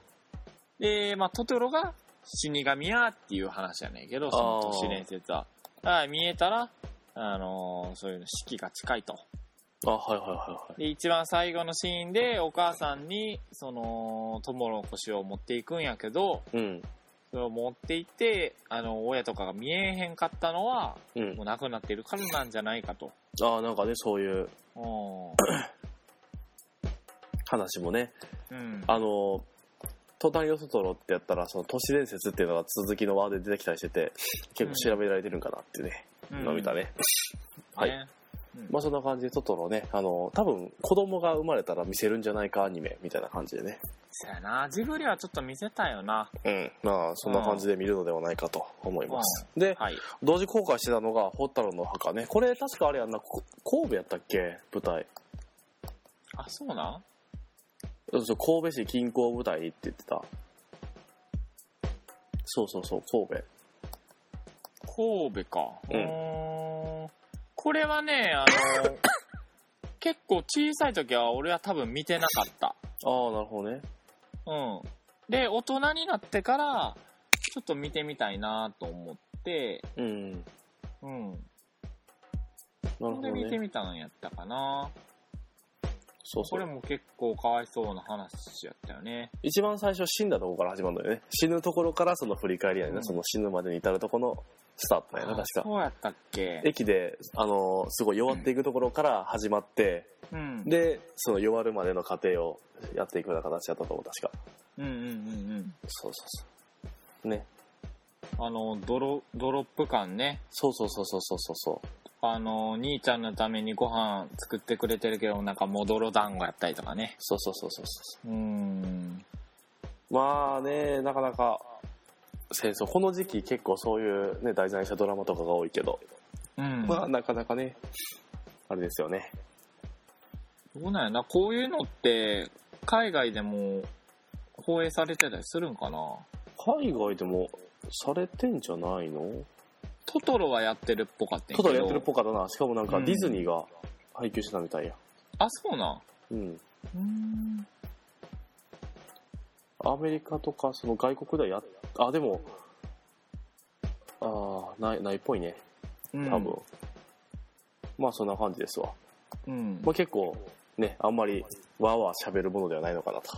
[SPEAKER 1] で、まあ、トトロが死神やっていう話やねんけど、その都市伝説は。だから見えたら、あのーそういうの、死期が近いと。
[SPEAKER 2] あ、はいはいはいはい。
[SPEAKER 1] で、一番最後のシーンで、お母さんに、その、友の腰を持っていくんやけど、
[SPEAKER 2] うん。
[SPEAKER 1] それを持っていって、あの、親とかが見えへんかったのは、
[SPEAKER 2] うん
[SPEAKER 1] も。う亡くなってるからなんじゃないかと。
[SPEAKER 2] ああ、なんかね、そういう
[SPEAKER 1] う
[SPEAKER 2] 話もね、
[SPEAKER 1] ん。うん。
[SPEAKER 2] あの、隣のトトロってやったら、その都市伝説っていうのが続きのワーで出てきたりしてて、結構調べられてるんかなってね、
[SPEAKER 1] うん
[SPEAKER 2] の見た。ね。はい
[SPEAKER 1] ねうん
[SPEAKER 2] まあそんな感じでトトロね、あの、多分子供が生まれたら見せるんじゃないかアニメみたいな感じでね。
[SPEAKER 1] そやな。ジブリはちょっと見せたよな。
[SPEAKER 2] うん。まあそんな感じで見るのではないかと思います。で、
[SPEAKER 1] はい。
[SPEAKER 2] 同時公開してたのが「ホタルの墓ね」これ確かあれやんなこ神戸やったっけ舞台
[SPEAKER 1] あ、そうなん
[SPEAKER 2] そうそう神戸市近郊舞台って言ってたそうそうそう神
[SPEAKER 1] 神戸か。
[SPEAKER 2] うん
[SPEAKER 1] ーんこれはね、あ の、結構小さい時は俺は多分見てなかった。
[SPEAKER 2] 戸ああなるほどね
[SPEAKER 1] うん。で、大人になってから、ちょっと見てみたいなと思って、
[SPEAKER 2] うんなる
[SPEAKER 1] うん。ほ
[SPEAKER 2] ほど
[SPEAKER 1] んで見て
[SPEAKER 2] ね
[SPEAKER 1] みたんやったかな。
[SPEAKER 2] そうそ
[SPEAKER 1] これ
[SPEAKER 2] う
[SPEAKER 1] も結構かわいそうな話やったよね。
[SPEAKER 2] 一番最初死んだとこから始まるのよね死ぬところからその振り返りやねんな、
[SPEAKER 1] うん
[SPEAKER 2] その死ぬまでに至るとこのスタートなんやな
[SPEAKER 1] あ
[SPEAKER 2] 確か
[SPEAKER 1] そうやったっけ
[SPEAKER 2] 駅で、あのーすごい弱っていくところから始まって、
[SPEAKER 1] うん。
[SPEAKER 2] でその弱るまでの過程をやっていくような形だったと思う確か
[SPEAKER 1] うんうんうん
[SPEAKER 2] そうそうそうね
[SPEAKER 1] うん。あの、ドロ、ドロップ感ね。
[SPEAKER 2] そうそうそうそうそうそうそ
[SPEAKER 1] あの、兄ちゃんのためにご飯作ってくれてるけど、なんかもう泥団子やったりとかね。
[SPEAKER 2] うそうそうそうそうそう
[SPEAKER 1] ーん。
[SPEAKER 2] うまあねなかなか戦争この時期結構そういうね題材にしたドラマとかが多いけど、
[SPEAKER 1] うん。
[SPEAKER 2] まあなかなかねあれですよね
[SPEAKER 1] どうなんやな。こういうのって、海外でも放映されてたりするんかな。
[SPEAKER 2] 海外でもされてんじゃないの
[SPEAKER 1] トトロはやってるっぽかったん
[SPEAKER 2] ト
[SPEAKER 1] けど
[SPEAKER 2] トロやってるっぽかったなしかもなんか
[SPEAKER 1] うん
[SPEAKER 2] ディズニーが配給してたみたいや
[SPEAKER 1] あ、そうなん。
[SPEAKER 2] うん
[SPEAKER 1] うーん。
[SPEAKER 2] アメリカとかその外国ではやっあでもああないないっぽいね
[SPEAKER 1] うん
[SPEAKER 2] 多分、まあそんな感じですわ
[SPEAKER 1] うん
[SPEAKER 2] まあ、結構ね、あんまりわーわー喋るものではないのかなと。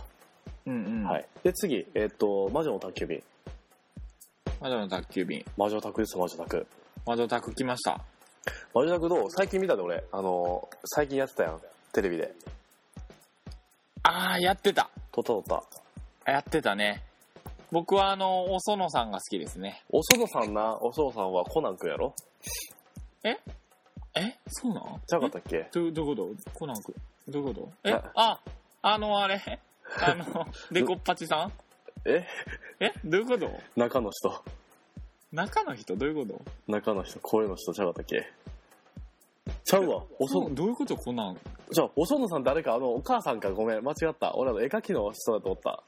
[SPEAKER 1] うんうん。
[SPEAKER 2] はい。で、次、えっ、と、魔女の宅急便。
[SPEAKER 1] 魔女の宅急便。
[SPEAKER 2] 魔女宅です、魔女宅。
[SPEAKER 1] 魔女宅来ました。
[SPEAKER 2] 魔女宅どう最近見たで俺、あのー最近やってたやん、テレビで。
[SPEAKER 1] あー、やってた。
[SPEAKER 2] 撮った撮った。
[SPEAKER 1] やってたね。僕はあの、おそのさんが好きですね。
[SPEAKER 2] おそのさんな、おそのさんはコナンくんやろ
[SPEAKER 1] えそうなん
[SPEAKER 2] ちゃうかったっけ
[SPEAKER 1] えど、どういうことコナンくん。どういうことえ
[SPEAKER 2] あ
[SPEAKER 1] あ、あのあれあ の、デコッパチさん
[SPEAKER 2] え
[SPEAKER 1] えどういうこと
[SPEAKER 2] 中の人。
[SPEAKER 1] 中の人どういうこと
[SPEAKER 2] 中の人、声の人ちゃうかったっけちゃうわ。おそ
[SPEAKER 1] そう、どういうことコナン。
[SPEAKER 2] じゃあ、おそのさん誰か、あの、お母さんか、ごめん、間違った。俺、あの、絵描きの人だと思った。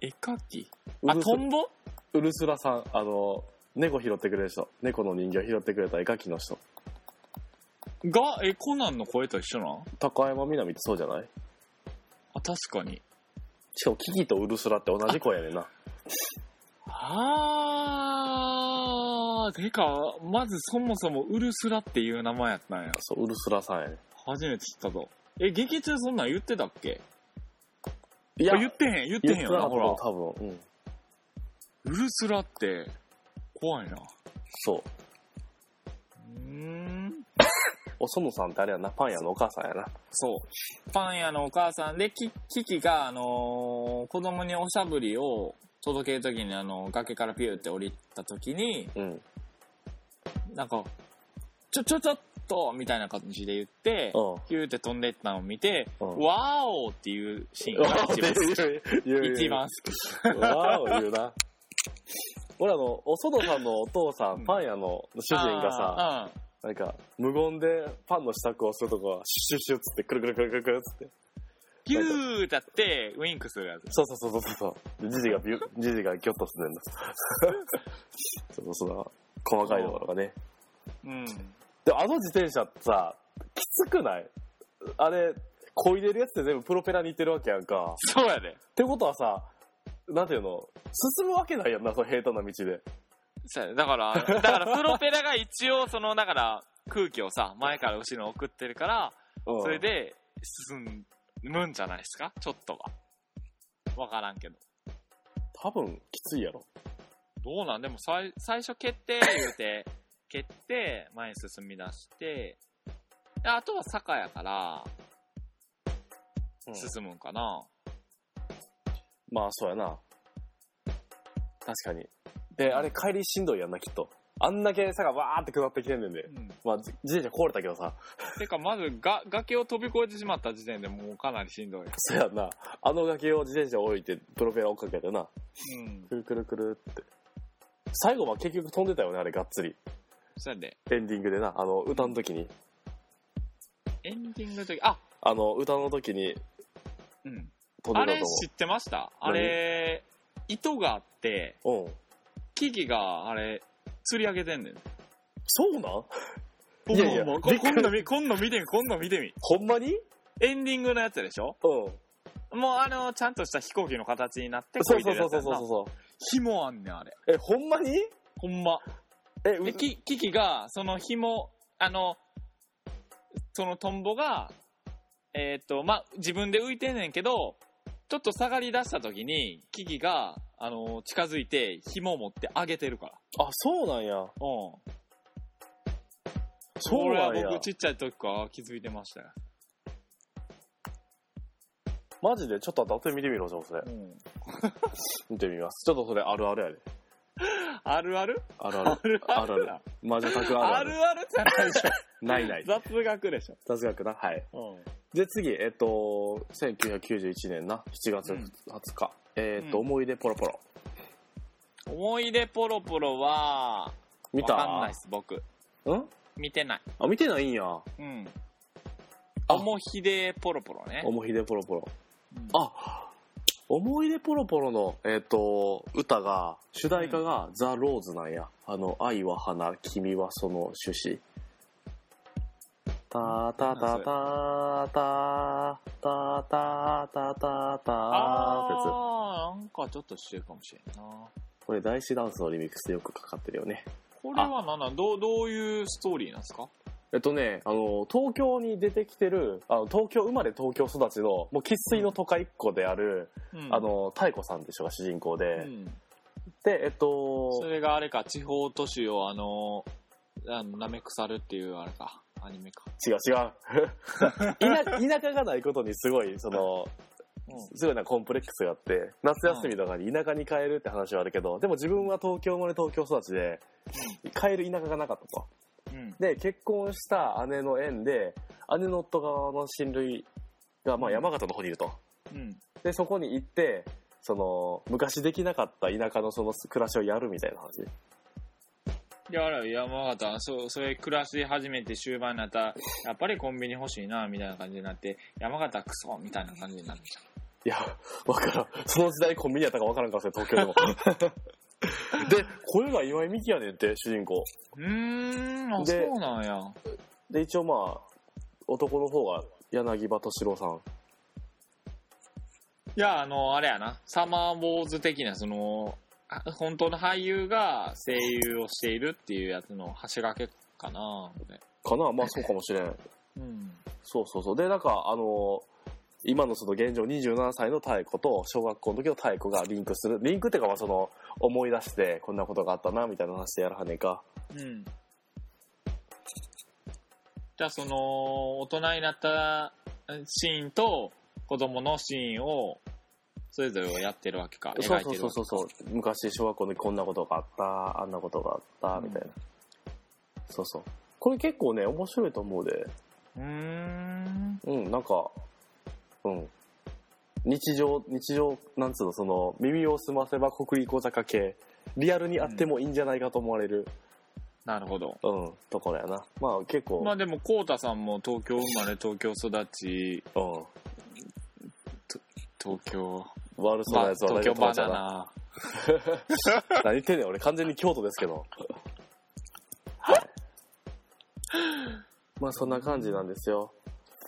[SPEAKER 1] 絵描き
[SPEAKER 2] う
[SPEAKER 1] あ、
[SPEAKER 2] るす
[SPEAKER 1] トンボ
[SPEAKER 2] ウルスラさん、あの、猫拾ってくれる人。猫の人形拾ってくれた絵描きの人。
[SPEAKER 1] が、え、コナンの声と一緒なん
[SPEAKER 2] 高山みなみってそうじゃない
[SPEAKER 1] あ、確かに。
[SPEAKER 2] しかも、キキとウルスラって同じ声やねんな。
[SPEAKER 1] あー、てか、まずそもそもウルスラっていう名前やったんや。
[SPEAKER 2] そう、ウルスラさんやね
[SPEAKER 1] 初めて知ったぞ。え、劇中そんなん言ってたっけ
[SPEAKER 2] ん。い
[SPEAKER 1] いや、言ってへん、言ってへんよな、ほら。
[SPEAKER 2] 多分、うん。
[SPEAKER 1] ウルスラって、怖いな。
[SPEAKER 2] そう。
[SPEAKER 1] うーん。
[SPEAKER 2] おそのさんってあれやな、パン屋のお母さんやな。
[SPEAKER 1] そう。パン屋のお母さんで、キキキが、あのー子供におしゃぶりを届けるときに、あの、崖からピューって降りたときに、
[SPEAKER 2] うん。
[SPEAKER 1] なんか、ちょ、ちょ、ちょっと、みたいな感じで言って、
[SPEAKER 2] う
[SPEAKER 1] ピューって飛んでったのを見て、
[SPEAKER 2] うん
[SPEAKER 1] ワーオーっていうシーン
[SPEAKER 2] ん。
[SPEAKER 1] が一番好き。
[SPEAKER 2] 言う
[SPEAKER 1] 一番好き。
[SPEAKER 2] わーを言うな。俺あの、おそのさんのお父さ
[SPEAKER 1] うん
[SPEAKER 2] ん、パン屋の主人がさ、
[SPEAKER 1] あー、
[SPEAKER 2] なんか、無言でパンの支度をするとこは、シュッシュッシュッつって、くるくるくるくるくるっつって。
[SPEAKER 1] うん。ピューってやって、ウィンクするやつ。
[SPEAKER 2] そうそうそうそうそう。じじがビュ、じじがギョッとすんねんな。そうそうそう。細かいところがね。
[SPEAKER 1] うん。
[SPEAKER 2] でもあの自転車ってさ、きつくないあれ、漕いでるやつって全部プロペラに行ってるわけやんか。
[SPEAKER 1] そうやで。
[SPEAKER 2] ってことはさ、なんていうの、進むわけないやんな、その平坦な道で。
[SPEAKER 1] そうやでだから、だからプロペラが一応、その、だから、空気をさ、前から後ろに送ってるから、
[SPEAKER 2] うん
[SPEAKER 1] それで、進むんじゃないですかちょっとは。わからんけど。
[SPEAKER 2] 多分きついやろ。
[SPEAKER 1] どうなんでも最最初蹴って言う て蹴って前に進み出してであとは坂やから進むんかな、
[SPEAKER 2] まあ、そうやな。確かに。で、あれ帰りしんどいやんな、きっと。あんだけ坂わーって下ってきてんねんで。まあ、じ自転車壊れたけどさ。
[SPEAKER 1] てかまずが崖を飛び越えてしまった時点でもうかなりしんどい、
[SPEAKER 2] そうやんな。あの崖を自転車置いて、プロペラ追っかけてな。
[SPEAKER 1] うん、
[SPEAKER 2] くるくるくるって。最後は結局飛んでたよね、あれ、がっつり。
[SPEAKER 1] そうやで
[SPEAKER 2] エンディングでな、あの、歌の時に。
[SPEAKER 1] エンディングの時あ
[SPEAKER 2] あの、歌の時に
[SPEAKER 1] うん
[SPEAKER 2] 飛
[SPEAKER 1] あ
[SPEAKER 2] んで
[SPEAKER 1] れ
[SPEAKER 2] たと
[SPEAKER 1] 知ってましたあれ糸があって
[SPEAKER 2] 思う。うん。
[SPEAKER 1] 木々があれ釣り上げてんねん
[SPEAKER 2] そうなん
[SPEAKER 1] ほん
[SPEAKER 2] いやいや
[SPEAKER 1] まほんまこ
[SPEAKER 2] びっくり
[SPEAKER 1] 今度見今度見てみ今度見てみ
[SPEAKER 2] ほんまに
[SPEAKER 1] エンディングのやつでしょ
[SPEAKER 2] うん。
[SPEAKER 1] もうあの、ちゃんとした飛行機の形になって、
[SPEAKER 2] そ
[SPEAKER 1] こ
[SPEAKER 2] う
[SPEAKER 1] い
[SPEAKER 2] そ
[SPEAKER 1] で
[SPEAKER 2] う
[SPEAKER 1] る
[SPEAKER 2] そ
[SPEAKER 1] やつ
[SPEAKER 2] うそ
[SPEAKER 1] や
[SPEAKER 2] うんそう
[SPEAKER 1] な
[SPEAKER 2] そう。
[SPEAKER 1] 紐あんねん、あれ。
[SPEAKER 2] え、ほんまに
[SPEAKER 1] ほんま。
[SPEAKER 2] え、う
[SPEAKER 1] で、き、キキが、その紐、あの、そのトンボが、えーっ、と、まあ、自分で浮いてんねんけど、ちょっと下がり出した時に、キキが、あの、近づいて、紐を持って上げてるから。
[SPEAKER 2] あ、そうなんや。
[SPEAKER 1] うん。
[SPEAKER 2] そうなん
[SPEAKER 1] これは
[SPEAKER 2] や
[SPEAKER 1] 僕、。ちっちゃい時から気づいてましたよ。
[SPEAKER 2] マジでちょっと当たって見てみろ、じゃあそれ
[SPEAKER 1] う。ん。
[SPEAKER 2] 見てみます。ちょっとそれあるあるやで。
[SPEAKER 1] あるある
[SPEAKER 2] ある
[SPEAKER 1] あ
[SPEAKER 2] あ
[SPEAKER 1] る
[SPEAKER 2] る。
[SPEAKER 1] あ
[SPEAKER 2] あ
[SPEAKER 1] る
[SPEAKER 2] る
[SPEAKER 1] な
[SPEAKER 2] ある。魔女宅ある
[SPEAKER 1] あ
[SPEAKER 2] ある。
[SPEAKER 1] るあるじゃないでしょ。
[SPEAKER 2] ないな い。
[SPEAKER 1] 雑学でしょ。
[SPEAKER 2] 雑学な。はい。
[SPEAKER 1] うん。
[SPEAKER 2] で、次、えっと、1991年な、7月
[SPEAKER 1] うん
[SPEAKER 2] 20日。えっと、
[SPEAKER 1] うん
[SPEAKER 2] 思い出ポロポロ。
[SPEAKER 1] 思い出ポロポロは、
[SPEAKER 2] 見た
[SPEAKER 1] わかんないっす、僕。
[SPEAKER 2] うん
[SPEAKER 1] 見てない。
[SPEAKER 2] あ、見てないんや。
[SPEAKER 1] うん。
[SPEAKER 2] あ
[SPEAKER 1] あもひでポロポロね。
[SPEAKER 2] 思い出ポロポロ。
[SPEAKER 1] うん
[SPEAKER 2] あ、思い出ポロポロの、えっと、歌が、主題歌がザ・ローズなんや。あの、愛は花、君はその種子。たたたたたたたたたたってや
[SPEAKER 1] あー、なんかちょっとしてるかもしれんな。
[SPEAKER 2] つ。これ、大師ダンスのリミックスでよくかかってるよね。
[SPEAKER 1] これはなんなんどう、どういうストーリーなんですか
[SPEAKER 2] えっとね、あの、東京に出てきてる、あの、東京生まれ東京育ちの、もう生粋の都会っ子である、
[SPEAKER 1] うん
[SPEAKER 2] あ、の、太子さんって人が主人公で、
[SPEAKER 1] うん、
[SPEAKER 2] で、えっ
[SPEAKER 1] そ
[SPEAKER 2] と、
[SPEAKER 1] れがあれか、地方都市をあの、あの、舐め腐るっていうあれか、アニメか。
[SPEAKER 2] 違う違 う。田田舎がないことにすごい、その、すごいなコンプレックスがあって、夏休みとかに田舎に帰るって話はあるけど、でも自分は東京生まれ東京育ちで、帰る田舎がなかったと。
[SPEAKER 1] うん。
[SPEAKER 2] で、結婚した姉の縁で、姉の夫側の親類が、まあ山形の方にいると。
[SPEAKER 1] うん。
[SPEAKER 2] で、そこに行って、その、昔できなかった田舎のその暮らしをやるみたいな話。
[SPEAKER 1] いや、あれ、山形、そう、それ暮らし始めて終盤になったら、やっぱりコンビニ欲しいな、みたいな感じになって、山形クソみたいな感じになるじ
[SPEAKER 2] いや、わからん。その時代コンビニやったかわからんから、それ東京でも。で、声が岩井美樹やねんって、主人公。
[SPEAKER 1] ゃん。うーん、あ、
[SPEAKER 2] で
[SPEAKER 1] そうなんや。
[SPEAKER 2] で、一応まあ、男の方が柳葉敏郎さん。
[SPEAKER 1] いや、あの、あれやな、サマーウォーズ的な、その、あ本当の俳優が声優をしているっていうやつの橋掛けかな、これ。
[SPEAKER 2] かなまあそうかもしれん。
[SPEAKER 1] うん。
[SPEAKER 2] そうそうそう。で、なんか、あのー今のその現状27歳の太子と小学校の時の太子がリンクする。リンクっていうか、まあその、思い出して、こんなことがあったな、みたいな話でやらはんねんか。
[SPEAKER 1] うん。じゃあ、その、大人になったシーンと子供のシーンを、それぞれをやってるわけか、
[SPEAKER 2] そ
[SPEAKER 1] 描
[SPEAKER 2] う
[SPEAKER 1] い
[SPEAKER 2] そ
[SPEAKER 1] て
[SPEAKER 2] う
[SPEAKER 1] る
[SPEAKER 2] そ
[SPEAKER 1] わけ
[SPEAKER 2] うそう
[SPEAKER 1] か。
[SPEAKER 2] そう。昔、小学校の時こんなことがあった、あんなことがあった、みたいな。
[SPEAKER 1] う
[SPEAKER 2] そうそう。これ結構ね、面白いと思うで。
[SPEAKER 1] うーん。
[SPEAKER 2] うん、なんか、うん。日常、日常、なんつうの、その、耳を澄ませば国立小坂系、リアルにあってもいいんじゃないかと思われる、
[SPEAKER 1] なるほど。
[SPEAKER 2] うん、ところやな。まあ結構、
[SPEAKER 1] まあでも、こうたさんも東京生まれ、東京育ち、
[SPEAKER 2] うん。
[SPEAKER 1] 東京、
[SPEAKER 2] 悪そう
[SPEAKER 1] ま
[SPEAKER 2] な
[SPEAKER 1] あ
[SPEAKER 2] やつは
[SPEAKER 1] 東
[SPEAKER 2] 大丈
[SPEAKER 1] 京
[SPEAKER 2] 夫
[SPEAKER 1] バ
[SPEAKER 2] だ
[SPEAKER 1] ナ
[SPEAKER 2] な。
[SPEAKER 1] ナ。
[SPEAKER 2] 何言ってんねん、俺完全に京都ですけど。まあそんな感じなんですよ。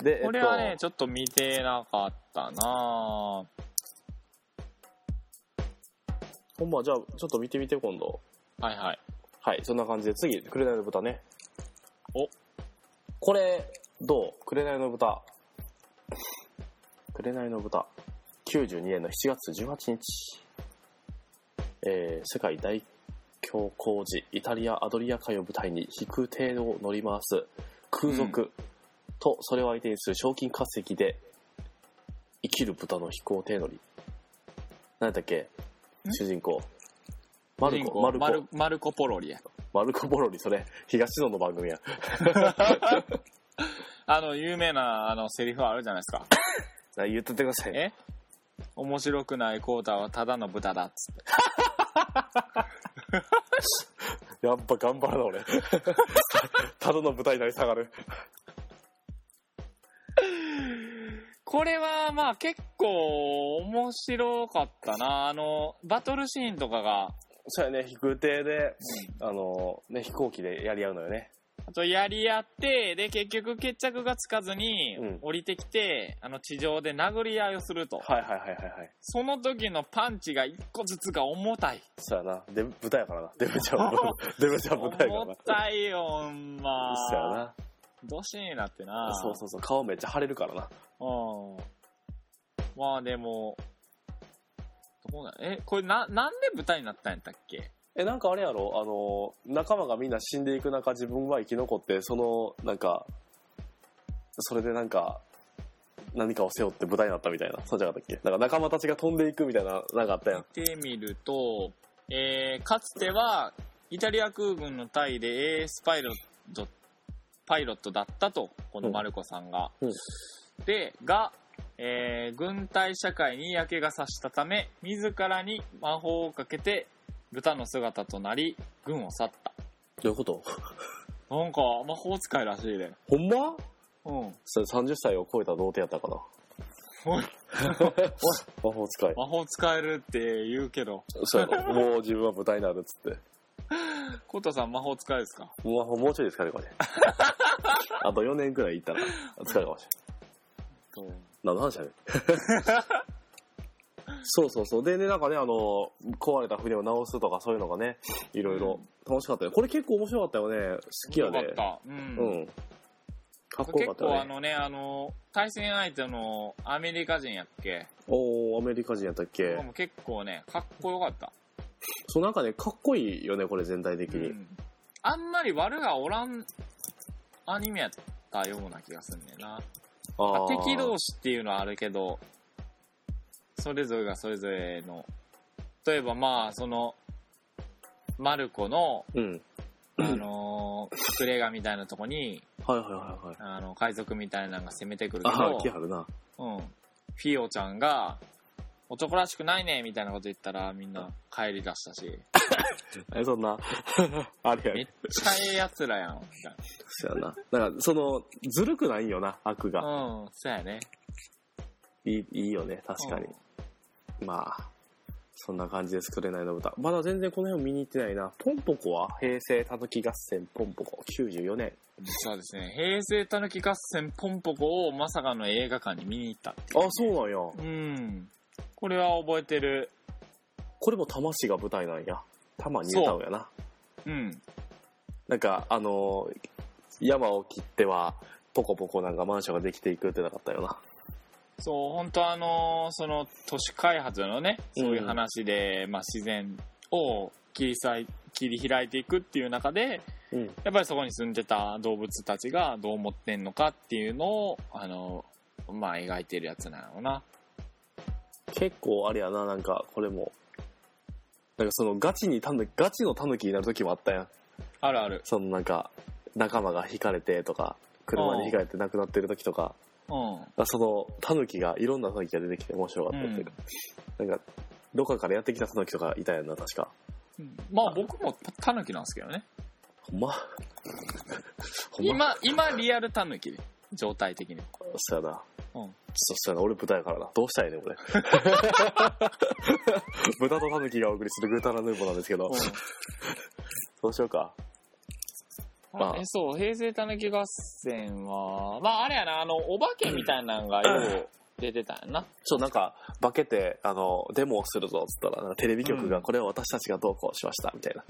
[SPEAKER 2] で、
[SPEAKER 1] これはね、、ちょっと見てなかったなぁ
[SPEAKER 2] ほんまじゃあちょっと見てみて今度。
[SPEAKER 1] はいはい。
[SPEAKER 2] はい、そんな感じで次、紅の豚ね。
[SPEAKER 1] お
[SPEAKER 2] これ、どう紅の豚。紅の豚。92年の7月18日。えー、世界大恐慌時、イタリア・アドリア海を舞台に飛空艇を乗り回す空賊、と、それを相手にする賞金稼ぎで生きる豚の飛行艇乗り。何だっけ
[SPEAKER 1] ん
[SPEAKER 2] 主人公。マル
[SPEAKER 1] 主人
[SPEAKER 2] コ、
[SPEAKER 1] 公
[SPEAKER 2] マル
[SPEAKER 1] マ
[SPEAKER 2] コ
[SPEAKER 1] ル。マルコポロリや。
[SPEAKER 2] マルコ・ボロリ、それ、 東野の番組や。
[SPEAKER 1] あの、有名な、あの、セリフあるじゃないですか。
[SPEAKER 2] な言っとってください。
[SPEAKER 1] え面白くないコータはただの豚だっつって。
[SPEAKER 2] やっぱ頑張らな、俺。 ただの舞台になり下がる。
[SPEAKER 1] これは、まあ結構面白かったなあの、バトルシーンとかが、
[SPEAKER 2] そうやね、飛空艇で、あの、ね、飛行機でやり合うのよね。
[SPEAKER 1] あとやり合って、で、結局決着がつかずに
[SPEAKER 2] うん、
[SPEAKER 1] 降りてきて、あの、地上で殴り合いをすると。
[SPEAKER 2] はいはいはいはいはい。
[SPEAKER 1] その時のパンチが一個ずつが重たい。
[SPEAKER 2] そうやな、で、舞台やからな。デブちゃん は、デブちゃんは舞台やから
[SPEAKER 1] 重
[SPEAKER 2] な。
[SPEAKER 1] たいよ、ほんま。
[SPEAKER 2] そうやな。
[SPEAKER 1] どしになってな。
[SPEAKER 2] そうそうそう、顔めっちゃ腫れるからな。
[SPEAKER 1] うん。まあでも、どうなんえ、これな、なんで豚になったんやったっけ
[SPEAKER 2] え、なんかあれやろあの、仲間がみんな死んでいく中、自分は生き残って、その、なんか、それでなんか、何かを背負って舞台になったみたいな。そうじゃなかったっけなんか仲間たちが飛んでいくみたいな、なんかあったやん。
[SPEAKER 1] 見てみると、えー、かつては、イタリア空軍の隊でエースパイロット、パイロットだったと、このマルコさんが。
[SPEAKER 2] うん
[SPEAKER 1] で、が、えー、軍隊社会に嫌気がさしたため、自らに魔法をかけて、豚の姿となり、軍を去った。
[SPEAKER 2] どういうこと
[SPEAKER 1] なんか、魔法使いらしいで。
[SPEAKER 2] ほんま
[SPEAKER 1] うん。
[SPEAKER 2] それ30歳を超えた童貞やったかな。
[SPEAKER 1] おい
[SPEAKER 2] 魔法使い。
[SPEAKER 1] 魔法使えるって言うけど、
[SPEAKER 2] そうやろ。もう自分は舞台になるっつって。
[SPEAKER 1] コタさん魔法使いですか
[SPEAKER 2] もうもうちょいで疲れるかもしれん。あと4年くらい行ったら疲れるかもしれん。何の話やねん そうそうそう。でね、なんかね、あの、壊れた船を直すとかそういうのがね、いろいろ楽しかったよ。これ結構面白かったよね。好きや
[SPEAKER 1] よか
[SPEAKER 2] で、
[SPEAKER 1] った。うん。
[SPEAKER 2] うん。かっこよか
[SPEAKER 1] 結
[SPEAKER 2] ったよ
[SPEAKER 1] 構あ
[SPEAKER 2] ね。
[SPEAKER 1] のね、あの、対戦相手のアメリカ人やっけ、
[SPEAKER 2] おー、アメリカ人やったっけ
[SPEAKER 1] もう結構ね、かっこよかった。
[SPEAKER 2] そう、なんかね、かっこいいよね、これ全体的
[SPEAKER 1] う
[SPEAKER 2] に。
[SPEAKER 1] ん、あんまり悪がおらんアニメやったような気がすんねんな。
[SPEAKER 2] あー
[SPEAKER 1] 敵同士っていうのはあるけど、それぞれがそれぞれの、例えばまあ、その、マルコ の、
[SPEAKER 2] うん。
[SPEAKER 1] あのークレガみたいなとこに、
[SPEAKER 2] はいはいはいはい。
[SPEAKER 1] あの、海賊みたいなのが攻めてくるけ
[SPEAKER 2] あ
[SPEAKER 1] ど
[SPEAKER 2] あ、、気あるな。
[SPEAKER 1] うん。フィオちゃんが、男らしくないね、みたいなこと言ったら、みんな帰り出したし、
[SPEAKER 2] え、そんな。 あれ
[SPEAKER 1] め
[SPEAKER 2] やね
[SPEAKER 1] っ。ちゃええ奴らやん、みたい
[SPEAKER 2] そやな。だから、その、ずるくないんよな、悪が。
[SPEAKER 1] な。うん、そうやね。
[SPEAKER 2] いい、いいよね、確かに。まあ、そんな感じです、くれないの歌。まだ全然この辺を見に行ってないな。ポンポコは平成たぬき合戦ポンポコ、94年。
[SPEAKER 1] うん。実はですね、平成たぬき合戦ポンポコをまさかの映画館に見に行ったっていう
[SPEAKER 2] あ、そうなんや。
[SPEAKER 1] うん。これは覚えてる。
[SPEAKER 2] これも魂が舞台なんや。玉に歌うやな。
[SPEAKER 1] うん。
[SPEAKER 2] なんか、あのー山を切っては、ポコポコなんかマンションができていくってなかったよな。
[SPEAKER 1] そう、本当あのーその、都市開発のね、そういう話で、まあ自然を切りさい切り開いていくっていう中で、
[SPEAKER 2] うん。
[SPEAKER 1] やっぱりそこに住んでた動物たちがどう思ってんのかっていうのを、あのーまあ描いてるやつなのな。
[SPEAKER 2] 結構あれやな、なんか、これも。なんかそのガチにタヌ、ガチのタヌキになる時もあったやん。
[SPEAKER 1] あるある。
[SPEAKER 2] そのなんか、仲間が引かれてとか、車に引かれて亡くなってる時とか、
[SPEAKER 1] うん。
[SPEAKER 2] そのタヌキが、いろんなタヌキが出てきて面白かったっていうか、なんか、どっかからやってきたタヌキとかいたやんな、確か。
[SPEAKER 1] うんまあ僕もたタヌキなんですけどね。
[SPEAKER 2] ほんまほんま
[SPEAKER 1] 今、今リアルタヌキで、状態的に。
[SPEAKER 2] そうやな。
[SPEAKER 1] うん
[SPEAKER 2] ちょっとそうやな、俺豚やからな。どうしたらいいね、 俺。豚とタヌキがお送りするグータラヌーボーなんですけど、どうしようか。 まあ
[SPEAKER 1] えそう、平成たぬき合戦は、まああれやな、あの、お化けみたいなのがよう出てたんやな。
[SPEAKER 2] ちょ、なんか、化けて、あの、デモをするぞ、つったら、なんかテレビ局
[SPEAKER 1] う
[SPEAKER 2] が、
[SPEAKER 1] ん
[SPEAKER 2] これは私たちがどうこうしました、みたいな。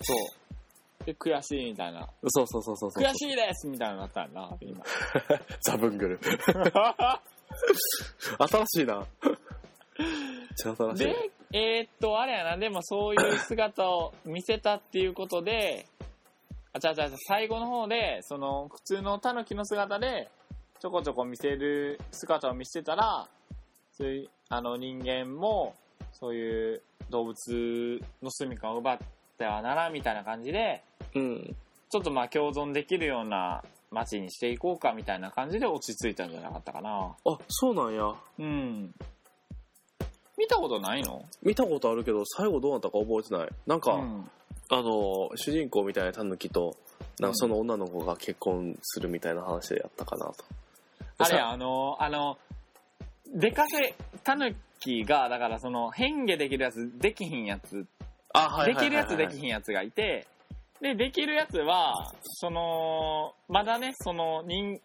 [SPEAKER 1] そう。で、悔しいみたいな。
[SPEAKER 2] そうそうそうそうそう。
[SPEAKER 1] 悔しいですみたいなのがあったんやな、 今。
[SPEAKER 2] ザブングル。新 しいな。めっちゃ新しい
[SPEAKER 1] で。、えーっと、あれやな、でもそういう姿を見せたっていうことで、あ、違う違う違う、最後の方で、その、普通のタヌキの姿で、ちょこちょこ見せる姿を見せてたら、そういう、あの、人間も、そういう動物の住みかを奪ってはならんみたいな感じで、
[SPEAKER 2] うん。
[SPEAKER 1] ちょっとまあ共存できるような街にしていこうかみたいな感じで落ち着いたんじゃなかったかな。
[SPEAKER 2] あ、そうなんや。
[SPEAKER 1] うん。見たことないの
[SPEAKER 2] 見たことあるけど、最後どうなったか覚えてない。なんか、
[SPEAKER 1] うん
[SPEAKER 2] あの、主人公みたいなタヌキと、なんかその女の子が結婚するみたいな話でやったかなと。
[SPEAKER 1] あれ
[SPEAKER 2] さ
[SPEAKER 1] や、あの、あの、出稼ぎ、タヌキが、だからその、変化できるやつ、できひんやつ、
[SPEAKER 2] あ、はい
[SPEAKER 1] で
[SPEAKER 2] はい
[SPEAKER 1] き
[SPEAKER 2] はい
[SPEAKER 1] るや
[SPEAKER 2] はい
[SPEAKER 1] つ、できひんやつがいて、で、できるやつは、その、まだね、その、人、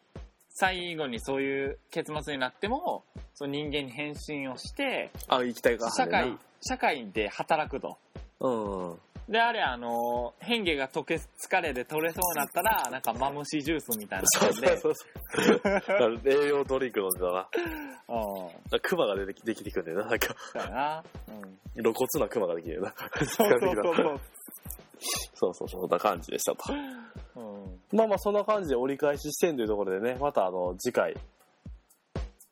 [SPEAKER 1] 最後にそういう結末になっても、その人間に変身をして、
[SPEAKER 2] あ、行きたいから。
[SPEAKER 1] 社会、社会で働くと。
[SPEAKER 2] うん。
[SPEAKER 1] で、あれ、あの、変化が溶け、疲れで取れそうになったら、なんかマムシジュースみたいな
[SPEAKER 2] そ
[SPEAKER 1] 感じ
[SPEAKER 2] うそう
[SPEAKER 1] で、
[SPEAKER 2] そうそう。栄養ドリンク飲んでたな。
[SPEAKER 1] うん、
[SPEAKER 2] クマが出てきできてくんだよな。なんか、
[SPEAKER 1] だよな。うん。
[SPEAKER 2] 露骨なクマができてるな。
[SPEAKER 1] そうそうそうそう。
[SPEAKER 2] そうそう、そんな感じでしたと。
[SPEAKER 1] うん
[SPEAKER 2] まあまあ、そんな感じで折り返し地点というところでね、またあの、次回、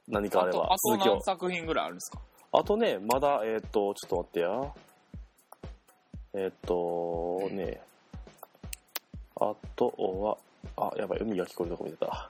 [SPEAKER 2] 何かあれば
[SPEAKER 1] あとあ
[SPEAKER 2] 続き
[SPEAKER 1] と
[SPEAKER 2] を
[SPEAKER 1] 何。作品ぐらいあるんですか
[SPEAKER 2] あとね、まだ、えーっ、と、ちょっと待ってや。えーっ、と、ね、あとは、あ、やばい、海が聞こえるとこ見てた。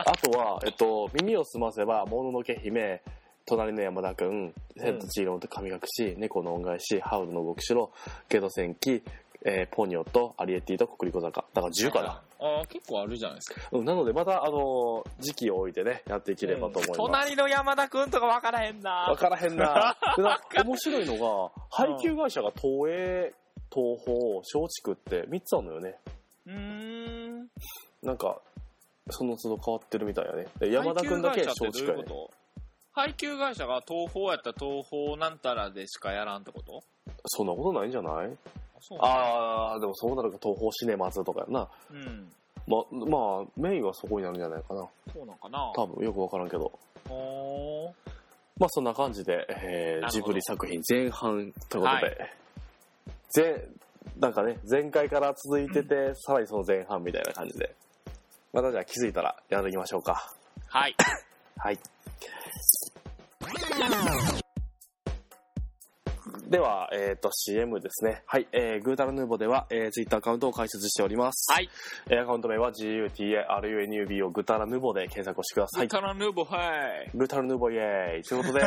[SPEAKER 2] あとは、えっと、耳を澄ませば、もののけ姫、隣の山田くん、千と千尋の神隠し、猫の恩返し、ハウルの動く城、ゲド戦記、えーポニョとアリエッティとコリコ坂。だから10かな。
[SPEAKER 1] ああ結構あるじゃないですか
[SPEAKER 2] うん、なので、また、あのー時期を置いてね、やっていければと思います。
[SPEAKER 1] 隣の山田くんとかわからへんな
[SPEAKER 2] わからへん な。でな面白いのが、配給会社が東映、東宝、松竹って3つあるのよね。
[SPEAKER 1] うーん
[SPEAKER 2] なんか、その都度変わってるみたいやね。で山田くんだけ
[SPEAKER 1] 配給会
[SPEAKER 2] 松
[SPEAKER 1] 社って
[SPEAKER 2] 竹
[SPEAKER 1] どうい
[SPEAKER 2] や
[SPEAKER 1] う
[SPEAKER 2] ね
[SPEAKER 1] こ。と配給会社が東宝やったら東宝なんたらでしかやらんってこと
[SPEAKER 2] そんなことないんじゃない
[SPEAKER 1] あそう
[SPEAKER 2] あー、でもそうなるか東宝シネマズとかやな。
[SPEAKER 1] うん
[SPEAKER 2] ま、まあ、メインはそこになるんじゃないかな。
[SPEAKER 1] そうなんかな
[SPEAKER 2] 多分、よくわからんけど。
[SPEAKER 1] ほー
[SPEAKER 2] まあ、そんな感じで、え
[SPEAKER 1] なる
[SPEAKER 2] ー、
[SPEAKER 1] ほど
[SPEAKER 2] ジブリ作品前半ということで、
[SPEAKER 1] はい
[SPEAKER 2] 前、なんかね、前回から続いてて、さらにその前半みたいな感じで、またじゃあ気づいたらやっていきましょうか。
[SPEAKER 1] はい
[SPEAKER 2] はい。では、えっ、と、CM ですね。はい、えー、グータラヌーボでは、えー、Twitter アカウントを開設しております。
[SPEAKER 1] はい
[SPEAKER 2] えーアカウント名は GUTARUNUB をグータラヌーボで検索をしてくださ
[SPEAKER 1] はいい。からヌーボはい
[SPEAKER 2] グータラヌーボイエーイというこ とで、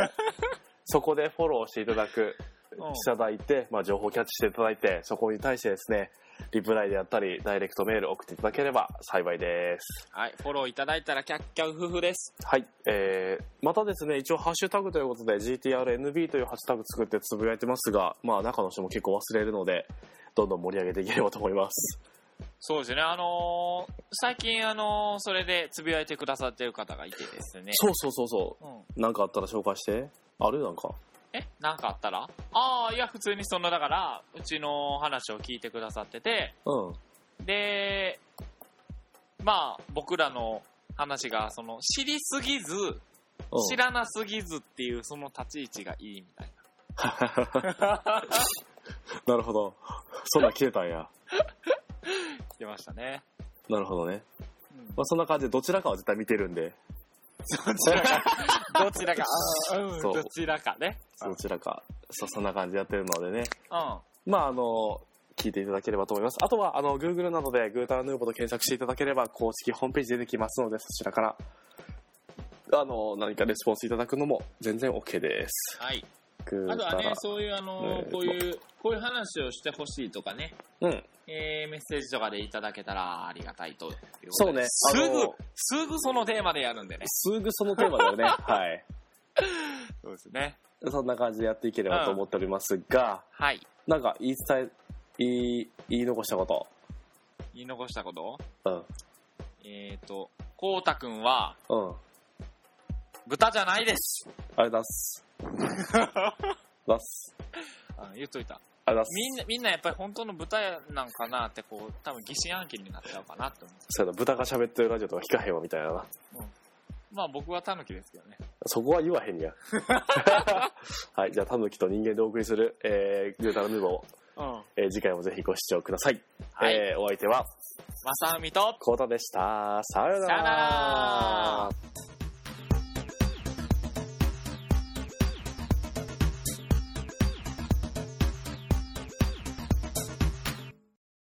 [SPEAKER 2] そこでフォローしていただく、
[SPEAKER 1] うん
[SPEAKER 2] いただいて、まあ、情報をキャッチしていただいて、そこに対してですね、リプライであったり、ダイレクトメールを送っていただければ幸いです。
[SPEAKER 1] はいフォローいただいたらキャッキャウフフです
[SPEAKER 2] はい。えー、またですね、一応ハッシュタグということで、GTRNB というハッシュタグ作ってつぶやいてますが、まあ、中の人も結構忘れるので、どんどん盛り上げていければと思います。
[SPEAKER 1] そうですねあのー最近あのーそれでつぶやいてくださってる方がいてですね、
[SPEAKER 2] そうそうそうそう
[SPEAKER 1] ん、
[SPEAKER 2] う。なんかあったら紹介して。あるなんか。
[SPEAKER 1] えなんかあったらああいや普通にそのだからうちの話を聞いてくださってて
[SPEAKER 2] うん。
[SPEAKER 1] でまあ僕らの話がその知りすぎず
[SPEAKER 2] うん
[SPEAKER 1] 知らなすぎずっていうその立ち位置がいいみたい
[SPEAKER 2] なるほど。そんなん来てたんや。
[SPEAKER 1] な来てましたね、
[SPEAKER 2] なるほどね。
[SPEAKER 1] うん
[SPEAKER 2] まあ、そんな感じで、どちらかは絶対見てるんで、
[SPEAKER 1] どちらかどちらかあーうん
[SPEAKER 2] そう
[SPEAKER 1] どちらかね
[SPEAKER 2] どちらか、 そうそんな感じでやってるのでね。
[SPEAKER 1] うん
[SPEAKER 2] まあ、あの、聞いていただければと思います。あとは、あの、Google などで、グータラヌーボと検索していただければ、公式ホームページ出てきますので、そちらから、あの、何かレスポンスいただくのも、全然 OK です。
[SPEAKER 1] はい
[SPEAKER 2] グ
[SPEAKER 1] あ
[SPEAKER 2] ー
[SPEAKER 1] と
[SPEAKER 2] タ
[SPEAKER 1] はね
[SPEAKER 2] ラ、。
[SPEAKER 1] そういう、あの
[SPEAKER 2] えー
[SPEAKER 1] こういう、こういう話をしてほしいとかね、
[SPEAKER 2] うん。
[SPEAKER 1] えーメッセージとかでいただけたらありがたいということで
[SPEAKER 2] そうね
[SPEAKER 1] す
[SPEAKER 2] あの
[SPEAKER 1] ぐ、すぐそのテーマでやるんでね。
[SPEAKER 2] すぐそのテーマだ よね。はい。
[SPEAKER 1] そうですね。
[SPEAKER 2] そんな感じでやっていければと思っておりますが、
[SPEAKER 1] はい。
[SPEAKER 2] なんか言い伝え、言い、言い残したこ
[SPEAKER 1] 言い残したこと
[SPEAKER 2] と。
[SPEAKER 1] えっ、ー、と、こうたくんは、
[SPEAKER 2] うん。うん。
[SPEAKER 1] 豚じゃないです。
[SPEAKER 2] あれ出す。出す。
[SPEAKER 1] あ言っといた。
[SPEAKER 2] あれ出す。
[SPEAKER 1] みんな、みんなやっぱり本当の豚なんかなって、こう、多分疑心暗鬼になっちゃうかなって思う。
[SPEAKER 2] そうやな、豚が喋ってるラジオとか聞かへんわみたいな。
[SPEAKER 1] まあ僕はタヌキですけどね。
[SPEAKER 2] そこは言わへんや。はい、じゃあ、タヌキと人間でお送りする、えー、グータラヌーボーを、
[SPEAKER 1] うん。
[SPEAKER 2] えー次回もぜひご視聴ください。
[SPEAKER 1] はい
[SPEAKER 2] えーお相手は、
[SPEAKER 1] まさみと、
[SPEAKER 2] コウタでした。さような
[SPEAKER 1] さよなら
[SPEAKER 2] ら。